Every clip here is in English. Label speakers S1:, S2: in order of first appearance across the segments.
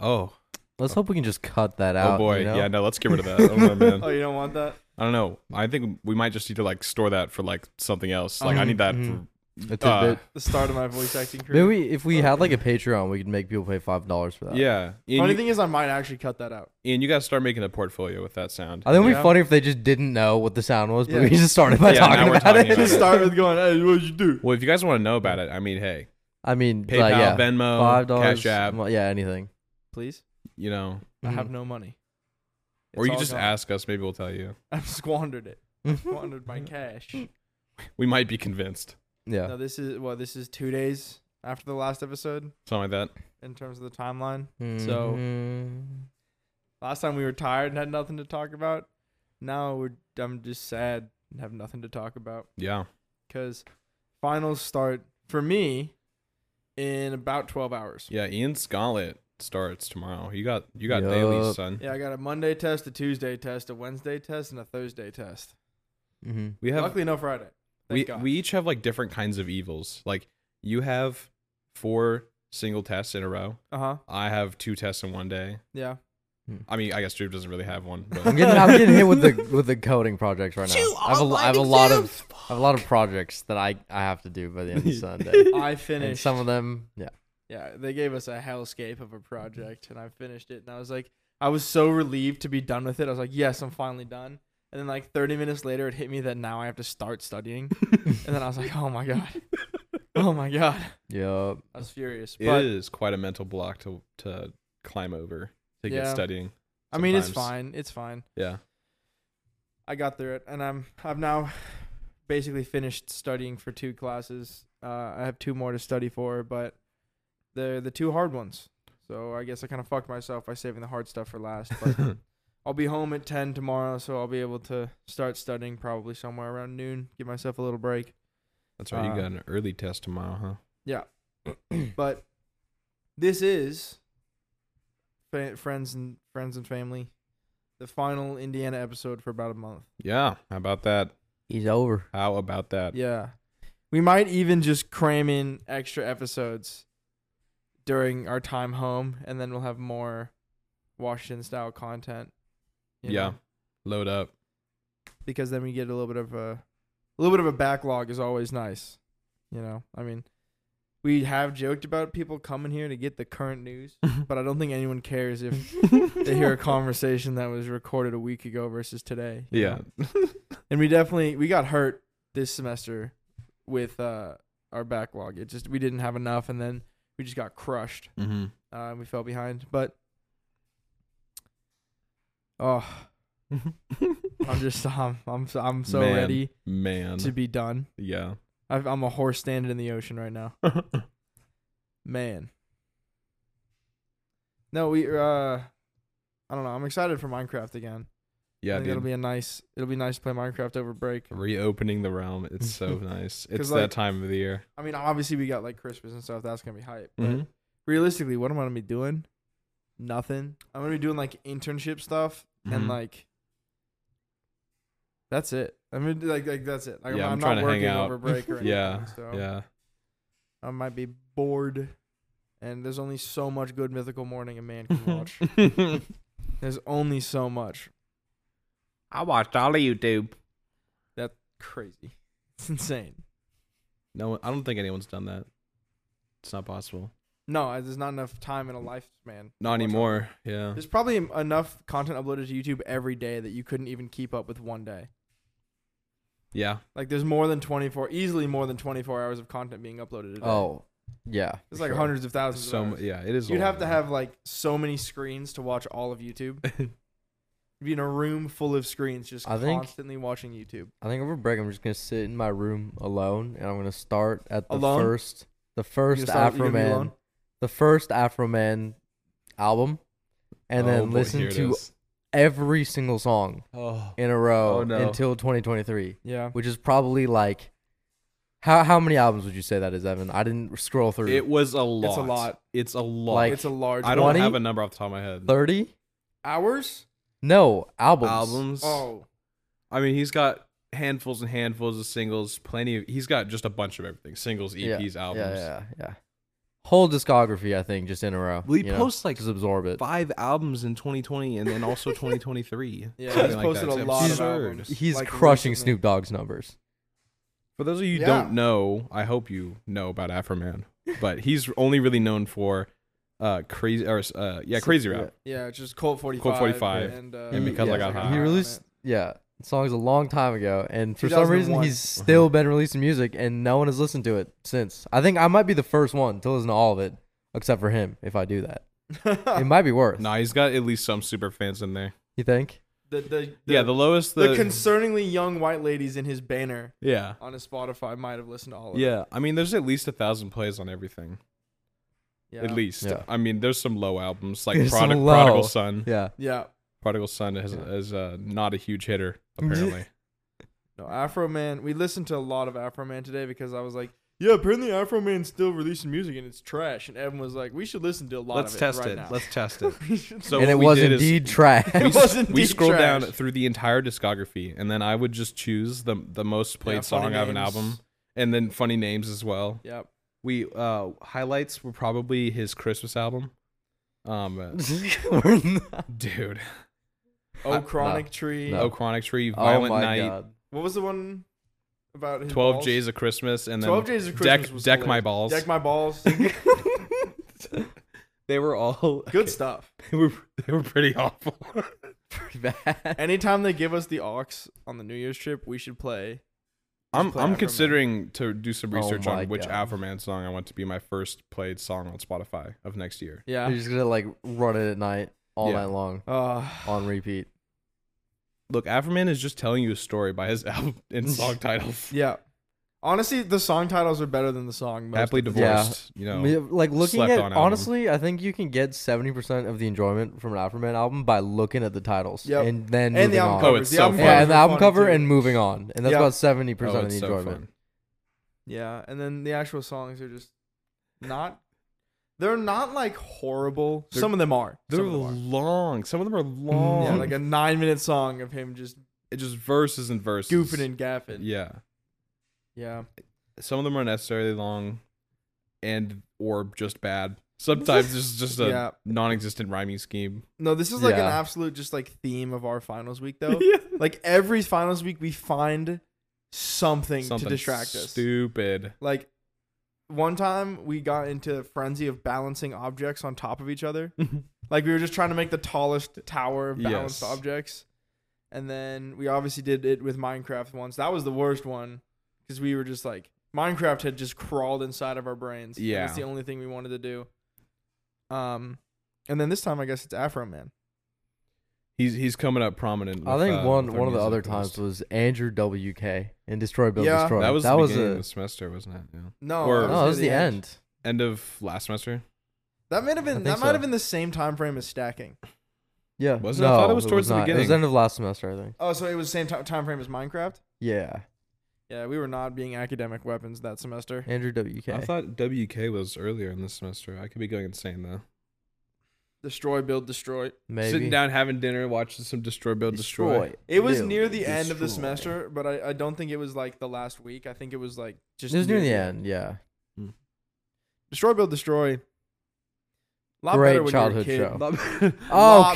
S1: Oh,
S2: Let's hope we can just cut that
S1: oh
S2: out.
S1: boy.
S2: you know?
S1: Yeah, no, let's get rid of that. I don't know, man.
S3: Oh, you don't want that?
S1: I don't know. I think we might just need to like store that for like something else.
S3: Mm-hmm,
S1: Like I need that
S2: mhm.
S1: for uh,
S2: A tidbit.
S3: The Mm-hmm. start of my voice acting career.
S2: Maybe we, if we had like a Patreon, we could make people pay five dollars for that.
S1: Yeah.
S3: Funny
S1: And you,
S3: thing is, I might actually cut that out.
S1: and you guys start making a portfolio with that sound.
S2: I think it'd
S3: Yeah.
S2: be funny if they just didn't know what the sound was, but
S3: Yeah.
S2: we just started by
S1: Yeah, now
S2: talking
S1: we're
S2: about
S1: talking
S2: it.
S1: about
S3: Just start with going, hey, what'd you do?
S1: Well, if you guys want to know about it, I mean, hey,
S2: I mean,
S1: PayPal,
S2: like, yeah,
S1: Venmo,
S2: five
S1: Cash
S2: dollars,
S1: App,
S2: yeah, anything.
S3: Please?
S1: you know,
S3: I have
S2: Mhm.
S3: no money.
S1: Mm-hmm. or
S3: It's
S1: you
S3: all
S1: just
S3: gone.
S1: ask us. Maybe we'll tell you.
S3: I've squandered it.
S2: Mm-hmm.
S3: Squandered my cash.
S1: We might be convinced.
S2: yeah,
S3: No, this is well, this is two days after the last episode
S1: Something like that.
S3: in terms of the timeline.
S2: so
S3: So-
S2: Mm-hmm.
S3: Last time we were tired and had nothing to talk about. Now we're I'm just sad and have nothing to talk about
S1: Yeah.
S3: because finals start for me in about 12 hours.
S1: Yeah. Ian Scollett starts tomorrow. You got you got dailies,
S2: Yup.
S1: son.
S3: Yeah, I got a Monday test, a Tuesday test, a Wednesday test, and a Thursday test. Mm-hmm.
S2: hmm
S1: We have
S3: Luckily, no Friday. Thank
S1: we,
S3: God.
S1: we each have like different kinds of evils. Like you have four single tests in a row.
S3: uh huh.
S1: I have two tests in one day.
S3: Yeah.
S1: I mean, I guess Drew doesn't really have one.
S2: I'm
S1: But
S2: getting I'm getting hit with the with the coding projects right now. I have a, lo- I have a lot of I have a lot of projects that I I have to do by the end of Sunday.
S3: I
S2: and
S3: finished.
S2: some of them, yeah,
S3: yeah, they gave us a hellscape of a project, and I finished it, and I was like, I was so relieved to be done with it. I was like, yes, I'm finally done. And then like 30 minutes later, it hit me that now I have to start studying, and then I was like, oh my god, oh my god,
S2: yup.
S3: I was furious.
S1: it
S3: But
S1: is quite a mental block to to climb over to get
S3: Yeah.
S1: studying.
S3: I mean, it's
S1: sometimes.
S3: fine. It's fine.
S1: Yeah.
S3: I got through it, and I'm I've now basically finished studying for two classes. Uh, I have two more to study for, but they're the two hard ones. So I guess I kind of fucked myself by saving the hard stuff for last. But I'll be home at ten tomorrow, so I'll be able to start studying probably somewhere around noon. Give myself a little break.
S1: That's right.
S3: Uh,
S1: you got an early test tomorrow, huh?
S3: But this is fa- friends and friends and family, the final Indiana episode for about a month.
S1: Yeah. How about that?
S2: He's over.
S1: How about that?
S3: Yeah. We might even just cram in extra episodes during our time home and then we'll have more Washington style content. you
S1: Yeah.
S3: know,
S1: Load up.
S3: Because then we get a little bit of a, a little bit of a backlog is always nice. You know, I mean we have joked about people coming here to get the current news, but I don't think anyone cares if they hear a conversation that was recorded a week ago versus today. you know?
S1: Yeah.
S3: and we definitely we got hurt this semester with uh our backlog it just we didn't have enough and then we just got crushed
S1: mm-hmm.
S3: uh we fell behind but oh i'm just i'm i'm so, I'm so
S1: Man.
S3: ready
S1: Mm-hmm. Man.
S3: to be done
S1: Yeah.
S3: I've, i'm a horse standing in the ocean right now man no we uh i don't know i'm excited for minecraft again I
S1: yeah,
S3: think it'll
S1: dude.
S3: be a nice it'll be nice to play minecraft over break
S1: Reopening the realm. It's so nice. It's
S3: 'Cause, like-
S1: that time of the year.
S3: I mean, obviously we got like Christmas and stuff. That's gonna be hype. But
S1: Mhm.
S3: realistically, what am I gonna be doing? Nothing. I'm gonna be doing like internship stuff and
S1: Mhm.
S3: like that's it. I mean, like like that's it. Like,
S1: Yeah, I'm
S3: I'm,
S1: trying
S3: not
S1: to hang
S3: working
S1: out.
S3: over break or anything.
S1: Yeah.
S3: so
S1: Yeah.
S3: I might be bored. And there's only so much good mythical morning a man can watch. there's only so much.
S1: I watched all of YouTube.
S3: That's crazy. It's insane.
S1: No, I don't think anyone's done that. It's not possible.
S3: No, there's not enough time in a lifespan.
S1: Not anymore. Yeah.
S3: There's probably em- enough content uploaded to YouTube every day that you couldn't even keep up with one day.
S1: Yeah.
S3: Like there's more than 24, easily more than 24 hours of content being uploaded a day.
S2: Oh, yeah.
S3: it's like
S2: sure.
S3: hundreds of thousands.
S1: So
S3: of
S1: mu-
S3: hours.
S1: yeah, it is. a
S3: You'd
S1: lot,
S3: have to
S1: man.
S3: have like so many screens to watch all of YouTube. You'd be in a room full of screens just
S2: I think-
S3: constantly watching YouTube.
S2: I think over break, I'm just gonna sit in my room alone, and I'm gonna start at the
S3: Alone?
S2: first, the
S3: You're
S2: first
S3: gonna start- you're
S2: Afro
S3: gonna be
S2: Man,
S3: alone?
S2: the first Afro Man album, and
S1: Oh,
S2: then
S1: boy, here
S2: listen
S1: it
S2: to
S1: is.
S2: every single song
S1: Oh.
S2: in a row
S1: Oh, no.
S2: until 2023,
S3: Yeah.
S2: which is probably like, how how many albums would you say that is, Evan? I didn't scroll through.
S1: It was a lot.
S3: a lot.
S1: It's a lot.
S2: Like,
S3: it's a large
S1: I don't
S2: 20?
S1: have a number off the top of my head.
S2: Thirty?
S3: hours?
S2: No albums.
S1: Albums.
S3: Oh.
S1: I mean, he's got handfuls and handfuls of singles. Plenty of. He's got just a bunch of everything. Singles,
S2: Yeah,
S1: EPs,
S2: yeah,
S1: E albums.
S2: Yeah, yeah, whole discography, I think, just in a row.
S1: We
S2: you know,
S1: post, like,
S2: just absorb it.
S1: Five albums in 2020 and then also 2023.
S3: Yeah,
S1: Something
S3: he's
S1: like
S3: posted
S1: that.
S3: a
S1: It's
S3: lot of
S1: absurd.
S3: albums.
S2: He's
S3: like,
S2: crushing
S3: recently.
S2: Snoop Dogg's numbers.
S1: For those of you who
S3: Yeah.
S1: don't know, I hope you know about Afro Man, but he's only really known for uh crazy or uh yeah
S2: So-
S1: crazy rap.
S3: Yeah, it's just Colt 45.
S1: 45.
S3: And, uh,
S1: And Because I
S2: yeah,
S1: Got High.
S2: He
S1: on
S2: released yeah songs a long time ago, and for some reason
S3: 2001.
S2: he's still been releasing music, and no one has listened to it since. I think I might be the first one to listen to all of it, except for him. If I do that, it might be worth.
S1: Nah, he's got at least some super fans in there.
S2: You think?
S3: the, the, the,
S1: yeah, the lowest
S3: the
S1: the,
S3: concerningly young white ladies in his banner
S1: yeah
S3: on his Spotify might have listened to all of it.
S1: yeah. I mean, there's at least a thousand plays on everything.
S3: Yeah.
S1: At least.
S2: Yeah.
S1: I mean, there's some low albums like
S2: There's some
S1: Prodi-
S2: low.
S1: Prodigal Son.
S2: Yeah.
S3: Yeah.
S1: Prodigal Son is,
S2: Yeah.
S1: is uh, not a huge hitter apparently.
S3: No, Afro Man. We listened to a lot of Afro Man today because I was like, yeah, apparently Afro Man's still releasing music and it's trash. And Evan was like, we should listen to a lot
S1: Let's
S3: of it
S1: test
S3: right
S1: it.
S3: now.
S1: Let's test it.
S3: We should-
S1: So
S2: and
S1: what
S2: it
S1: we
S2: was
S1: did is-
S2: indeed trash.
S3: It
S1: we, s-
S3: was
S1: we
S3: indeed
S1: scrolled down
S3: trash.
S1: through the entire discography, and then I would just choose the the most played
S3: Yeah, funny
S1: song out of an
S3: names.
S1: album, and then funny names as well.
S3: Yep.
S1: We uh, highlights were probably his Christmas album. Um, uh,
S2: We're not-
S1: dude,
S3: Oh,
S1: I-
S3: Chronic Tree.
S2: No.
S1: Oh Chronic Tree,
S2: oh
S1: Violent
S2: my
S1: Night,
S2: god.
S3: What was the one about his
S1: Twelve
S3: balls?
S1: Days of Christmas, and then
S3: 12 Days of
S1: Deck
S3: Christmas. was
S1: Deck My
S3: hilarious.
S1: Balls.
S3: Deck My Balls.
S1: they were all
S3: Good stuff.
S1: They were they were pretty awful.
S2: Pretty bad.
S3: Anytime they give us the aux on the New Year's trip, we should play.
S1: I'm
S3: play Afro
S1: I'm
S3: Man.
S1: considering to do some
S2: Oh
S1: research
S2: my
S1: on which
S2: God.
S1: Afro Man song I want to be my first played song on Spotify of next year.
S2: You're
S3: Yeah.
S2: just gonna like run it at night all
S1: Yeah.
S2: night long
S3: Uh,
S2: on repeat.
S1: Look, Afroman is just telling you a story by his album and song titles.
S3: yeah. Honestly, the song titles are better than the song. Most
S1: Happily
S3: of the
S1: divorced, you know. Oh,
S2: Me- like looking
S1: slept
S2: at
S1: on album.
S2: honestly, I think you can get seventy percent of the enjoyment from an Afroman album by looking at the titles,
S3: Yep.
S2: and then
S3: time. And the
S2: moving
S3: album
S2: on.
S1: cover.
S3: covers.
S1: Oh, it's
S3: the
S1: so
S3: album
S1: fun.
S2: yeah,
S3: covers
S2: and the
S3: are
S2: album
S3: fun,
S2: cover
S3: too.
S2: and moving on, and that's
S3: Yep.
S2: about seventy
S1: Oh,
S2: percent of
S1: it's
S2: the
S1: so
S2: enjoyment.
S1: fun.
S3: Yeah, and then the actual songs are just not. They're not like horrible.
S1: They're-
S3: Some of them are.
S1: They're
S3: Some of them are. Mm,
S1: long. Some of them are long.
S3: Yeah, like a nine-minute song of him just
S1: It just verses and verses.
S3: goofing and gaffing.
S1: Yeah.
S3: Yeah.
S1: Some of them are necessarily long and or just bad. Sometimes it's just a
S3: Yeah.
S1: non existent rhyming scheme.
S3: No, this is like an
S2: Yeah.
S3: absolute just like theme of our finals week though. like every finals week we find something,
S1: Something
S3: to distract us.
S1: Stupid.
S3: Like one time we got into a frenzy of balancing objects on top of each other.
S2: Mm-hmm.
S3: Like we were just trying to make the tallest tower of balanced
S1: Yes.
S3: objects. And then we obviously did it with Minecraft once. That was the worst one because we were just like Minecraft had just crawled inside of our brains. and
S1: Yeah.
S3: That's the only thing we wanted to do. Um and then this time I guess it's Afro Man.
S1: He's he's coming up prominent.
S2: I
S1: with,
S2: think
S1: uh,
S2: one
S1: with our
S2: one of the
S1: music
S2: other
S1: list.
S2: times was Andrew WK and Destroy Build
S3: Yeah.
S2: Destroy.
S1: that was
S2: that
S1: the
S2: was
S1: beginning of
S2: a
S1: the semester, wasn't it? Yeah.
S3: No,
S1: Or-
S3: that
S2: no, Oh,
S1: was
S2: that was
S3: near
S2: the end.
S1: End of last semester.
S3: That might have been
S2: think
S3: that
S2: so.
S3: might have been the same time frame as stacking.
S2: Yeah,
S1: Was it?
S2: no,
S1: I thought it was towards the
S2: not. It was
S1: beginning.
S2: end of last semester, I think.
S3: Oh, so it was the same ti- time frame as Minecraft.
S2: Yeah,
S3: Yeah, we were not being academic weapons that semester.
S2: Andrew WK.
S1: I thought WK was earlier in this semester. I could be going insane though.
S3: Destroy, build, destroy.
S2: Maybe
S1: Sitting down, having dinner, watching some Destroy Build Destroy.
S3: It was
S2: Build,
S3: near the end of the
S2: Destroy.
S3: semester, but I, I don't think it was like the last week. I think it was like just
S2: It was near the end. Yeah,
S3: Destroy, build, destroy. Lot
S2: Great
S3: better when you were
S2: childhood
S3: a kid.
S2: show.
S3: Lot- lot better when you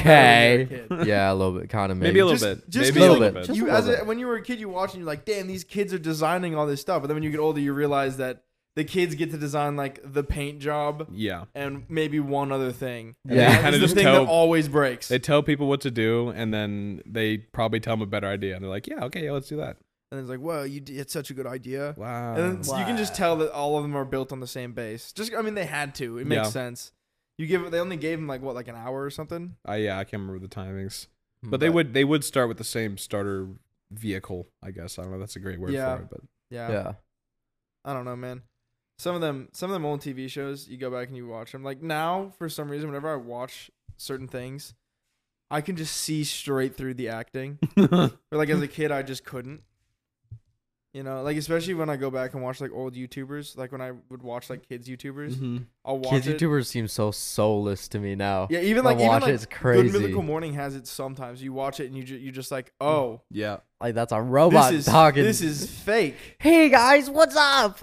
S2: Okay.
S3: were a kid.
S2: yeah, a little bit, kind of
S1: Maybe a little
S3: Just-
S1: bit.
S3: just
S1: Maybe
S2: a
S1: a
S2: little
S1: little
S2: bit.
S1: bit.
S2: Just
S3: you
S2: a
S3: as
S2: little
S3: a,
S2: bit.
S3: when you were a kid, you watch and you're like, damn, these kids are designing all this stuff. But then when you get older, you realize that the kids get to design like the paint job
S1: Yeah.
S3: and maybe one other thing.
S2: And they
S3: And
S1: kinda
S3: that is the
S1: just
S3: thing
S1: tell-
S3: that always breaks.
S1: They tell people what to do, and then they probably tell them a better idea, and they're like, "Yeah, okay, yeah, let's do that."
S3: and it's like, wow, you did it's such a good idea.
S1: Wow.
S3: And then you can just tell that all of them are built on the same base. Just, I mean, they had to. It makes
S1: Yeah.
S3: sense. You give they only gave them like what, like an hour or something.
S1: I, yeah, I can't remember the timings,
S2: Hmm.
S1: but they would they would start with the same starter vehicle. I guess I don't know. That's a great word
S3: Yeah.
S1: for it, but
S3: Yeah.
S2: Yeah.
S3: I don't know, man. Some of them, some of them old TV shows, you go back and you watch them. Like now, for some reason, whenever I watch certain things, I can just see straight through the acting. But like as a kid, I just couldn't. You know, like especially when I go back and watch like old YouTubers, like when I would watch like kids YouTubers,
S1: Mhm.
S3: I'll watch
S2: Kids
S3: it.
S2: YouTubers seem so soulless to me now.
S3: Yeah, even
S2: I
S3: like even
S2: watch it,
S3: like
S2: it's crazy.
S3: Good Mythical Morning has it sometimes. You watch it and you ju- you just like, oh,
S1: yeah.
S2: Like that's a robot
S3: this is
S2: talking.
S3: this is fake.
S2: Hey guys, what's up?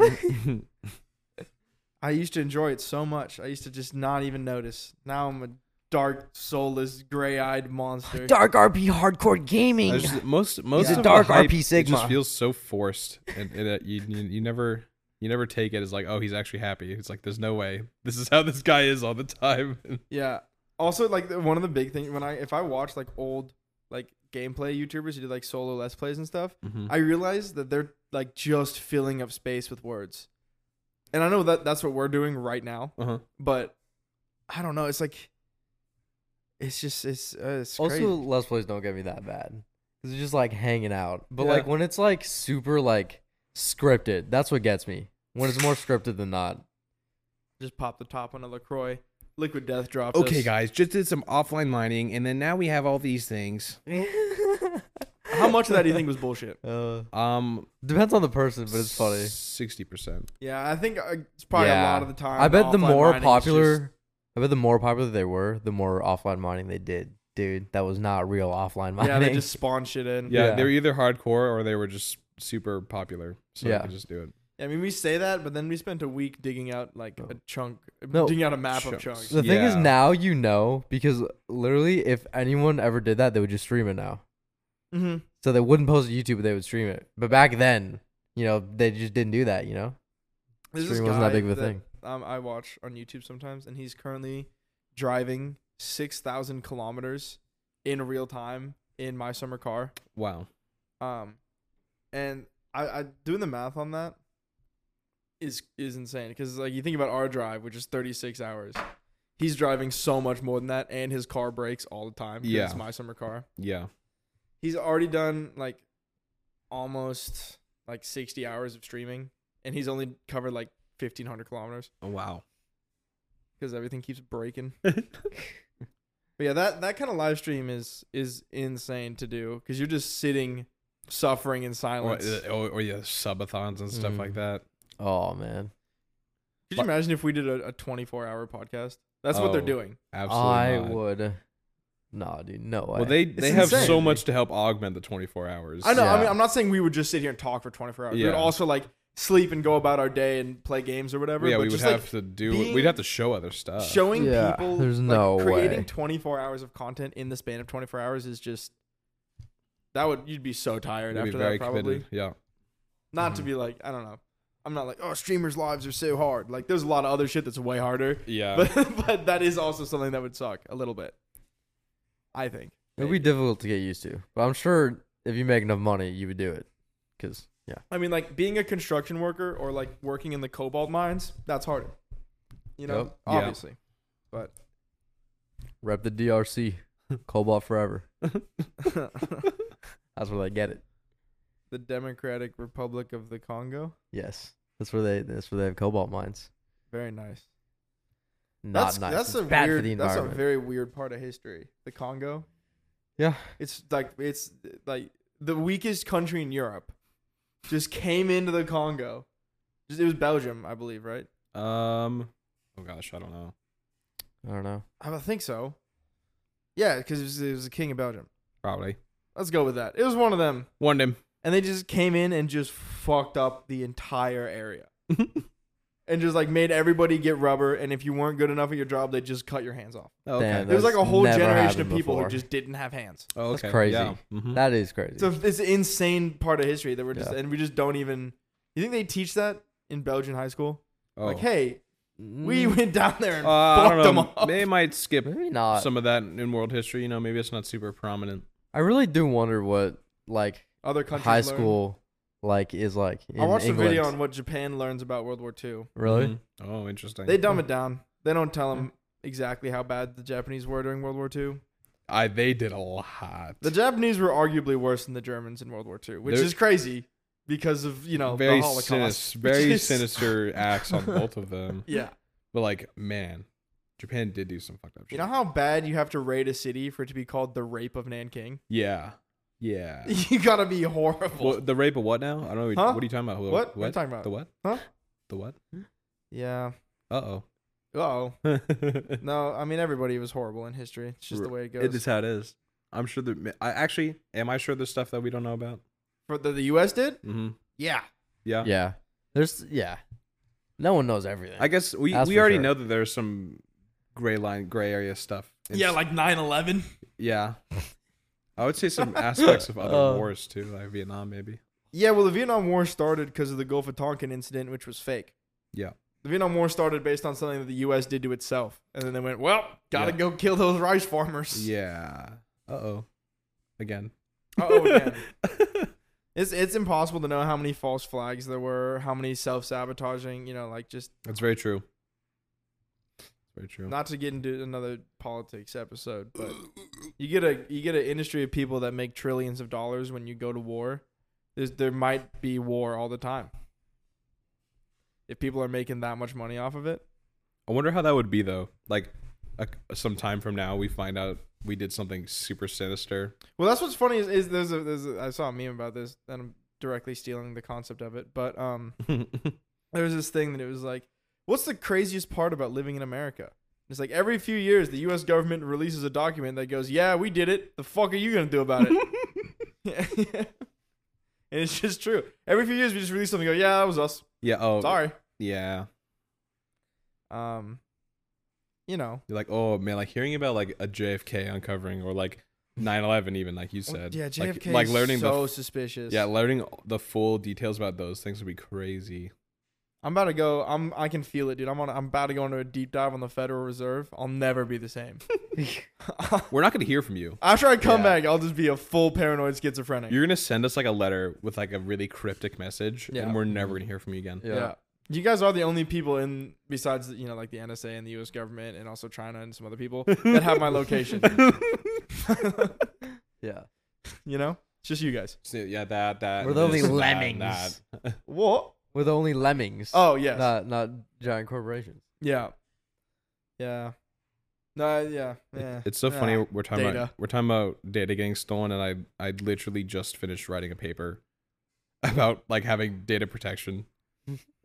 S3: I used to enjoy it so much. I used to just not even notice. Now I'm a dark, soulless, gray-eyed monster.
S2: Dark RP hardcore gaming.
S1: I was just- most most
S3: It's a
S1: of the
S2: dark
S1: hype,
S2: RP
S1: It just
S2: Sigma.
S1: feels so forced, and, and that you, you you never you never take it as like, oh, he's actually happy. It's like there's no way. This is how this guy is all the time.
S3: Yeah. Also, like the- one of the big things when I if I watch like old like gameplay YouTubers who do like solo let's plays and stuff,
S2: Mm.
S3: I realize that they're like just filling up space with words. And I know that that's what we're doing right now,
S1: uh huh.
S3: but I don't know. It's like it's just it's uh, it's
S2: also,
S3: crazy.
S2: let's plays don't get me that bad because it's just like hanging out. But
S3: Yeah.
S2: like when it's like super like scripted, that's what gets me. When it's more scripted than not.
S3: just pop the top on a Lacroix. Liquid Death dropped.
S1: Okay,
S3: us.
S1: guys, just did some offline mining, and then now we have all these things.
S3: How much of that do you think was bullshit?
S2: Uh,
S1: Um,
S2: depends on the person, but it's funny.
S1: Sixty percent.
S3: Yeah, I think uh, it's probably a
S2: Yeah.
S3: lot of the time.
S2: I bet the
S3: offline
S2: more
S3: mining is
S2: popular,
S3: just-
S2: I bet the more popular they were, the more offline mining they did. Dude, that was not real offline mining.
S3: yeah, they just spawn shit in.
S1: Yeah,
S2: Yeah.
S1: they were either hardcore or they were just super popular, so
S2: Yeah.
S1: they could just do it.
S3: I mean, we say that, but then we spent a week digging out like a chunk,
S2: No.
S3: digging out a map of
S1: Chunks.
S3: Oh. chunks.
S2: The thing is
S1: Yeah.
S2: now you know because literally if anyone ever did that, they would just stream it now.
S3: Mm-hmm.
S2: So they wouldn't post to YouTube, but they would stream it. But back then, you know, they just didn't do that. You know,
S3: There's this
S2: streaming wasn't that
S3: guy
S2: big of a thing.
S3: Um, I watch on YouTube sometimes, and he's currently driving six thousand kilometers in real time in my summer car.
S1: Wow.
S3: Um, and I, I doing the math on that is is insane because like you think about our drive, which is 36 hours. He's driving so much more than that, and his car breaks all the time. 'cause
S1: Yeah.
S3: it's my summer car.
S1: Yeah.
S3: He's already done like almost like 60 hours of streaming, and he's only covered like 1,500 kilometers
S1: Oh, wow.
S3: because everything keeps breaking. But yeah, that that kind of live stream is is insane to do because you're just sitting, suffering
S1: or,
S3: in
S1: uh,
S3: silence.
S1: or, or yeah, subathons and stuff
S2: Mhm.
S1: like that.
S2: Oh man,
S3: Could you imagine if we did a, a 24 hour podcast? That's what they're
S1: Oh.
S3: doing.
S1: Absolutely.
S2: I
S1: not.
S2: would. Nah, dude, no way.
S1: Well, they they have
S3: insane.
S1: so much to help augment the 24 hours.
S3: I know. I
S2: Yeah.
S3: mean, I'm not saying we would just sit here and talk for 24 hours. We'd
S1: Yeah.
S3: also like sleep and go about our day and play games or whatever.
S1: Yeah,
S3: but
S1: we would
S3: just
S1: have uh,
S3: like
S1: to do.
S3: being-
S1: we'd have to show other stuff.
S3: showing
S2: Yeah,
S3: people.
S2: there's
S3: like,
S2: no
S3: creating
S2: way.
S3: 24 hours of content in the span of 24 hours is just that would you'd be so tired
S1: We'd be
S3: after
S1: very
S3: that probably.
S1: committed. Mm-hmm. Yeah.
S3: Not to be like I don't know. I'm not like oh streamers' lives are so hard. Like there's a lot of other shit that's way harder.
S1: Yeah.
S3: But but that is also something that would suck a little bit. I think.
S2: It'd be difficult to get used to, but I'm sure if you make enough money, you would do it. Cause yeah,
S3: I mean, like being a construction worker or like working in the cobalt mines, that's harder. You know,
S2: Yep.
S1: Yeah.
S3: obviously.
S2: rep the DRC, Cobalt forever. That's where they get it.
S3: the Democratic Republic of the Congo.
S2: Yes, that's where they that's where they have cobalt mines.
S3: Very nice.
S2: Not
S3: that's
S2: nice.
S3: that's
S2: It's
S3: a
S2: bad for
S3: weird.
S2: the
S3: that's a
S2: environment.
S3: very weird part of history. The Congo.
S2: yeah,
S3: It's like it's like the weakest country in Europe, just came into the Congo. Just- It was Belgium, I believe, right?
S1: Um. Oh gosh, I don't know.
S2: I don't know.
S3: I don't think so. Yeah, because it was, it was the king of Belgium.
S1: Probably
S3: Let's go with that. It was one of them.
S1: one day.
S3: and they just came in and just fucked up the entire area and just like made everybody get rubber and if you weren't good enough at your job they just cut your hands off
S1: Oh, okay.
S2: Damn,
S3: There was like
S2: That's
S3: a whole
S2: never
S3: generation of
S2: happened
S3: people who
S2: before.
S3: just didn't have hands
S1: oh, okay.
S2: that's crazy.
S1: Yeah. Mhm.
S2: That is crazy.
S3: so it's an insane part of history that we're just
S2: Yeah.
S3: and we just don't even you think they teach that in belgian high school
S1: oh.
S3: like hey we
S2: Mm,
S3: went down there and
S1: Uh, I
S3: fucked
S1: don't
S3: them
S1: know.
S3: up
S1: They might skip
S2: maybe not.
S1: some of that in world history. You know, maybe it's not super prominent.
S2: I really do wonder what like
S3: other countries
S2: high
S3: learn.
S2: school like is like. In
S3: i watched
S2: England.
S3: a video on Mm-hmm. what japan learns about world war ii
S2: really.
S1: Mhm. Oh, interesting.
S3: they dumb it down they don't tell them exactly how bad the japanese were during world war ii
S1: I they did a lot.
S3: The Japanese were arguably worse than the Germans in World War II, which
S1: They're-
S3: is crazy because of you know
S1: very
S3: the Holocaust.
S1: sinister,
S3: which
S1: very
S3: is-
S1: sinister acts on both of them.
S3: Yeah,
S1: But like, man, Japan did do some fucked up shit.
S3: you know how bad you have to raid a city for it to be called the Rape of Nanking.
S1: yeah, yeah.
S3: You gotta be horrible.
S1: Well, the rape of what now? I don't know. What,
S3: Huh?
S1: are you talking about?
S3: What? What are you talking about?
S1: The what?
S3: Huh?
S1: The what?
S3: Yeah.
S1: Uh
S3: Oh
S1: oh.
S3: no! I mean, everybody was horrible in history. It's just the way it goes.
S1: how it is. I'm sure that I actually am. I sure there's stuff that we don't know about.
S3: For the, the U.S. did.
S1: Mm-hmm.
S3: Yeah.
S1: Yeah.
S2: Yeah, there's yeah. No one knows everything.
S1: I guess we,
S2: That's
S1: we
S2: for
S1: already
S2: sure.
S1: know that there's some gray line, gray area stuff. in
S3: yeah,
S1: s-
S3: like 9-11.
S1: yeah. I would say some aspects of other
S2: Uh.
S1: wars too, like Vietnam maybe.
S3: Yeah, well, the Vietnam War started because of the Gulf of Tonkin incident, which was fake.
S1: Yeah.
S3: The Vietnam War started based on something that the U.S. did to itself, and then they went, "Well, gotta
S1: Yeah.
S3: go kill those rice farmers."
S1: Yeah. Uh oh. Again. oh,
S3: Uh-oh, again. It's it's impossible to know how many false flags there were, how many self sabotaging, you know, like just
S1: That's very true. Very true.
S3: not to get into another politics episode, but you get a you get an industry of people that make trillions of dollars when you go to war. There's, there might be war all the time. If people are making that much money off of it,
S1: I wonder how that would be though. Like, a, some time from now, we find out we did something super sinister.
S3: Well, that's what's funny is, is there's a there's a, I saw a meme about this and I'm directly stealing the concept of it, but um there was this thing that it was like, what's the craziest part about living in America? It's like every few years the U.S. government releases a document that goes, yeah, we did it. The fuck are you gonna do about it? and it's just true. Every few years we just release something. and Go, yeah, that was us.
S1: yeah. Oh.
S3: Sorry.
S1: Yeah.
S3: Um, you know.
S1: You're like, oh man, like hearing about like a JFK uncovering or like 9/11 even like you said.
S3: Oh, yeah,
S1: Like-
S3: JFK
S1: Like,
S3: is
S1: learning
S3: so
S1: the
S3: suspicious.
S1: yeah learning the full details about those things would be crazy.
S3: I'm about to go. I'm. I can feel it, dude. I'm on. I'm about to go into a deep dive on the Federal Reserve. I'll never be the same.
S1: We're not gonna hear from you.
S3: After I come
S1: Yeah.
S3: back, I'll just be a full paranoid schizophrenic.
S1: You're gonna send us like a letter with like a really cryptic message,
S3: Yeah.
S1: and we're never gonna hear from you again.
S2: Mm-hmm. Yeah.
S3: You guys are the only people in besides you know like the NSA and the U.S. government and also China and some other people that have my location.
S2: yeah.
S3: you know, it's just you guys.
S1: So, yeah, that that.
S2: We're
S1: and
S2: the only
S1: this, that, and
S2: lemmings.
S1: that.
S3: What?
S2: We're the only lemmings.
S3: Oh yes.
S2: Not not giant corporations.
S3: Yeah. Yeah. No. Yeah. Yeah.
S1: It's so funny.
S3: Ah,
S1: we're talking
S3: data.
S1: about we're talking about data getting stolen, and I I literally just finished writing a paper about like having data protection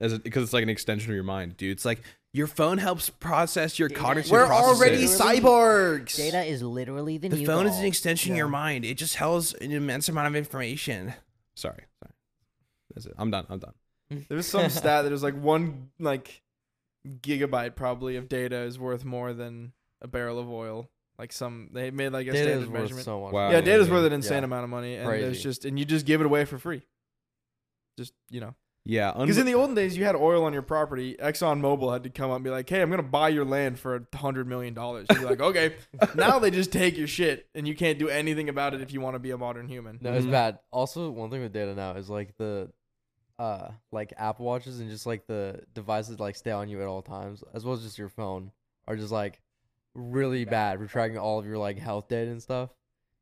S1: as it, because it's like an extension of your mind, dude. It's like your phone helps process your
S4: Data.
S1: cognitive.
S4: We're
S1: processes.
S4: already
S5: cyborgs.
S4: Data is literally the, new gold.
S5: extension
S3: of your
S5: mind. It just holds an immense amount of information.
S1: Sorry, sorry. That's it. I'm done. I'm done.
S3: There was some stat that was like one like gigabyte probably of data is worth more than a barrel of oil. Like some they made like a
S2: Data is
S3: standard
S2: worth
S3: measurement.
S2: so much.
S1: Wow.
S3: yeah,
S1: Yeah,
S3: data's
S1: yeah,
S3: worth
S1: yeah.
S3: an insane
S2: Uh, Yeah.
S3: amount of money, and there's
S2: Crazy.
S3: just and you just give it away for free. Just you know,
S1: Yeah, unbe-
S3: because in the olden days you had oil on your property. ExxonMobil had to come up and be like, "Hey, I'm gonna buy your land for a hundred million dollars." You're like, "Okay." now they just take your shit, and you can't do anything about it if you want to be a modern human.
S2: No, it's
S1: Mhm.
S2: bad. Also, one thing with data now is like the, uh, like Apple watches and just like the devices like stay on you at all times, as well as just your phone, are just like really bad for tracking all of your like health data and stuff.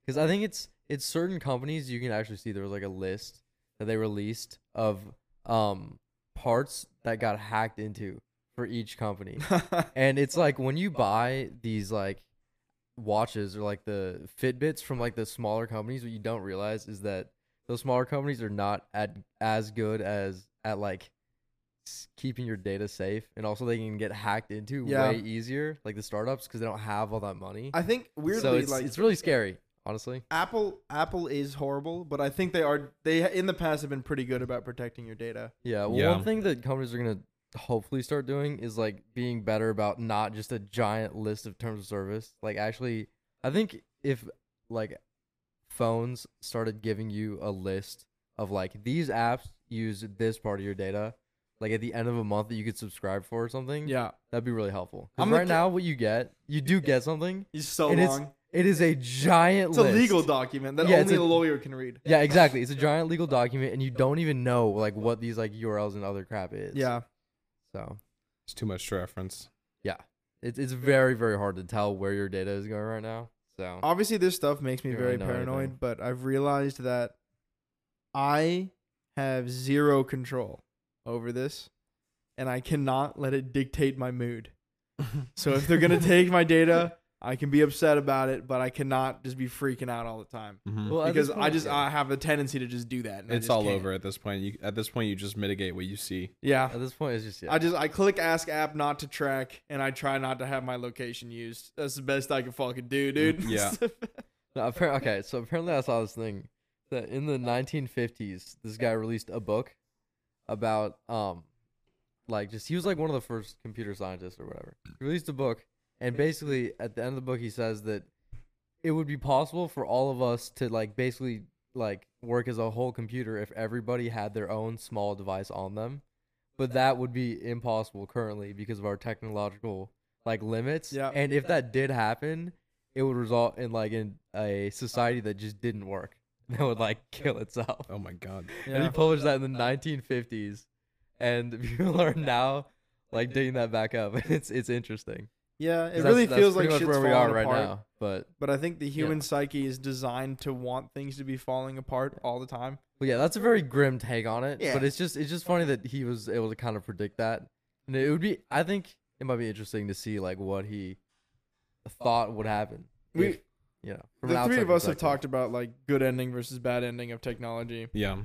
S2: Because I think it's it's certain companies you can actually see there was like a list that they released of um parts that got hacked into for each company. And it's like when you buy these like watches or like the Fitbits from like the smaller companies, what you don't realize is that those smaller companies are not at as good as at like s- keeping your data safe, and also they can get hacked into
S3: Yeah.
S2: way easier, like the startups, because they don't have all that money.
S3: I think weirdly,
S2: so it's,
S3: like
S2: it's really scary, honestly.
S3: Apple Apple is horrible, but I think they are they in the past have been pretty good about protecting your data.
S2: Yeah. Well,
S1: Yeah.
S2: one thing that companies are gonna hopefully start doing is like being better about not just a giant list of terms of service. Like actually, I think if like phones started giving you a list of like these apps use this part of your data, like at the end of a month that you could subscribe for or something,
S3: Yeah.
S2: that'd be really helpful. 'Cause
S3: I'm gonna
S2: right
S3: ke-
S2: now, what you get, you do get something.
S3: It's so
S2: And it's-
S3: long.
S2: It is a giant
S3: It's,
S2: list.
S3: a legal document that
S2: Yeah, it's
S3: only
S2: a-
S3: a, lawyer can read.
S2: Yeah, exactly. It's a giant legal document, and you don't even know like what these like URLs and other crap is.
S3: Yeah.
S2: So.
S1: it's too much to reference.
S2: It's it's very very hard to tell where your data is going right now. So
S3: Obviously this stuff makes me
S2: You don't
S3: very
S2: really know
S3: paranoid,
S2: anything.
S3: but I've realized that I have zero control over this and I cannot let it dictate my mood. so if they're going to take my data, I can be upset about it, but I cannot just be freaking out all the time.
S1: Mhm.
S2: Well, at this
S3: because I
S2: point,
S3: just
S2: yeah.
S3: I have a tendency to just do that. and I
S1: it's
S3: just
S1: all
S3: can't.
S1: over at this point. You at this point you just mitigate what you see.
S3: Yeah.
S2: at this point it's just yeah.
S3: I just I click ask app not to track and I try not to have my location used. That's the best I can fucking do,
S2: Mm,
S3: dude.
S1: Yeah.
S2: No, appar- okay, so apparently I saw this thing that in the 1950s this guy released a book about um like just he was like one of the first computer scientists or whatever. He released a book, and basically at the end of the book he says that it would be possible for all of us to like basically like work as a whole computer if everybody had their own small device on them, but that would be impossible currently because of our technological like limits.
S3: Yeah.
S2: And if that did happen, it would result in like in a society that just didn't work. That would like kill itself.
S1: Oh my god.
S2: And he
S3: Uh. Yeah.
S2: published that in the 1950s, and people are now like digging that back up. It's it's interesting.
S3: Yeah, it
S2: 'Cause
S3: really
S2: that's- that's
S3: feels like
S2: pretty
S3: shit's
S2: much where we are
S3: falling
S2: right
S3: apart.
S2: now. But
S3: But I think the
S2: Yeah.
S3: human psyche is designed to want things to be falling apart all the time.
S2: well, yeah, that's a very grim take on it.
S5: Yeah.
S2: But it's just it's just funny that he was able to kind of predict that, and it would be I think it might be interesting to see like what he thought would happen.
S3: We,
S2: if, you know, from an
S3: the three
S2: outside
S3: of us have
S2: perspective.
S3: talked about like good ending versus bad ending of technology.
S1: Yeah.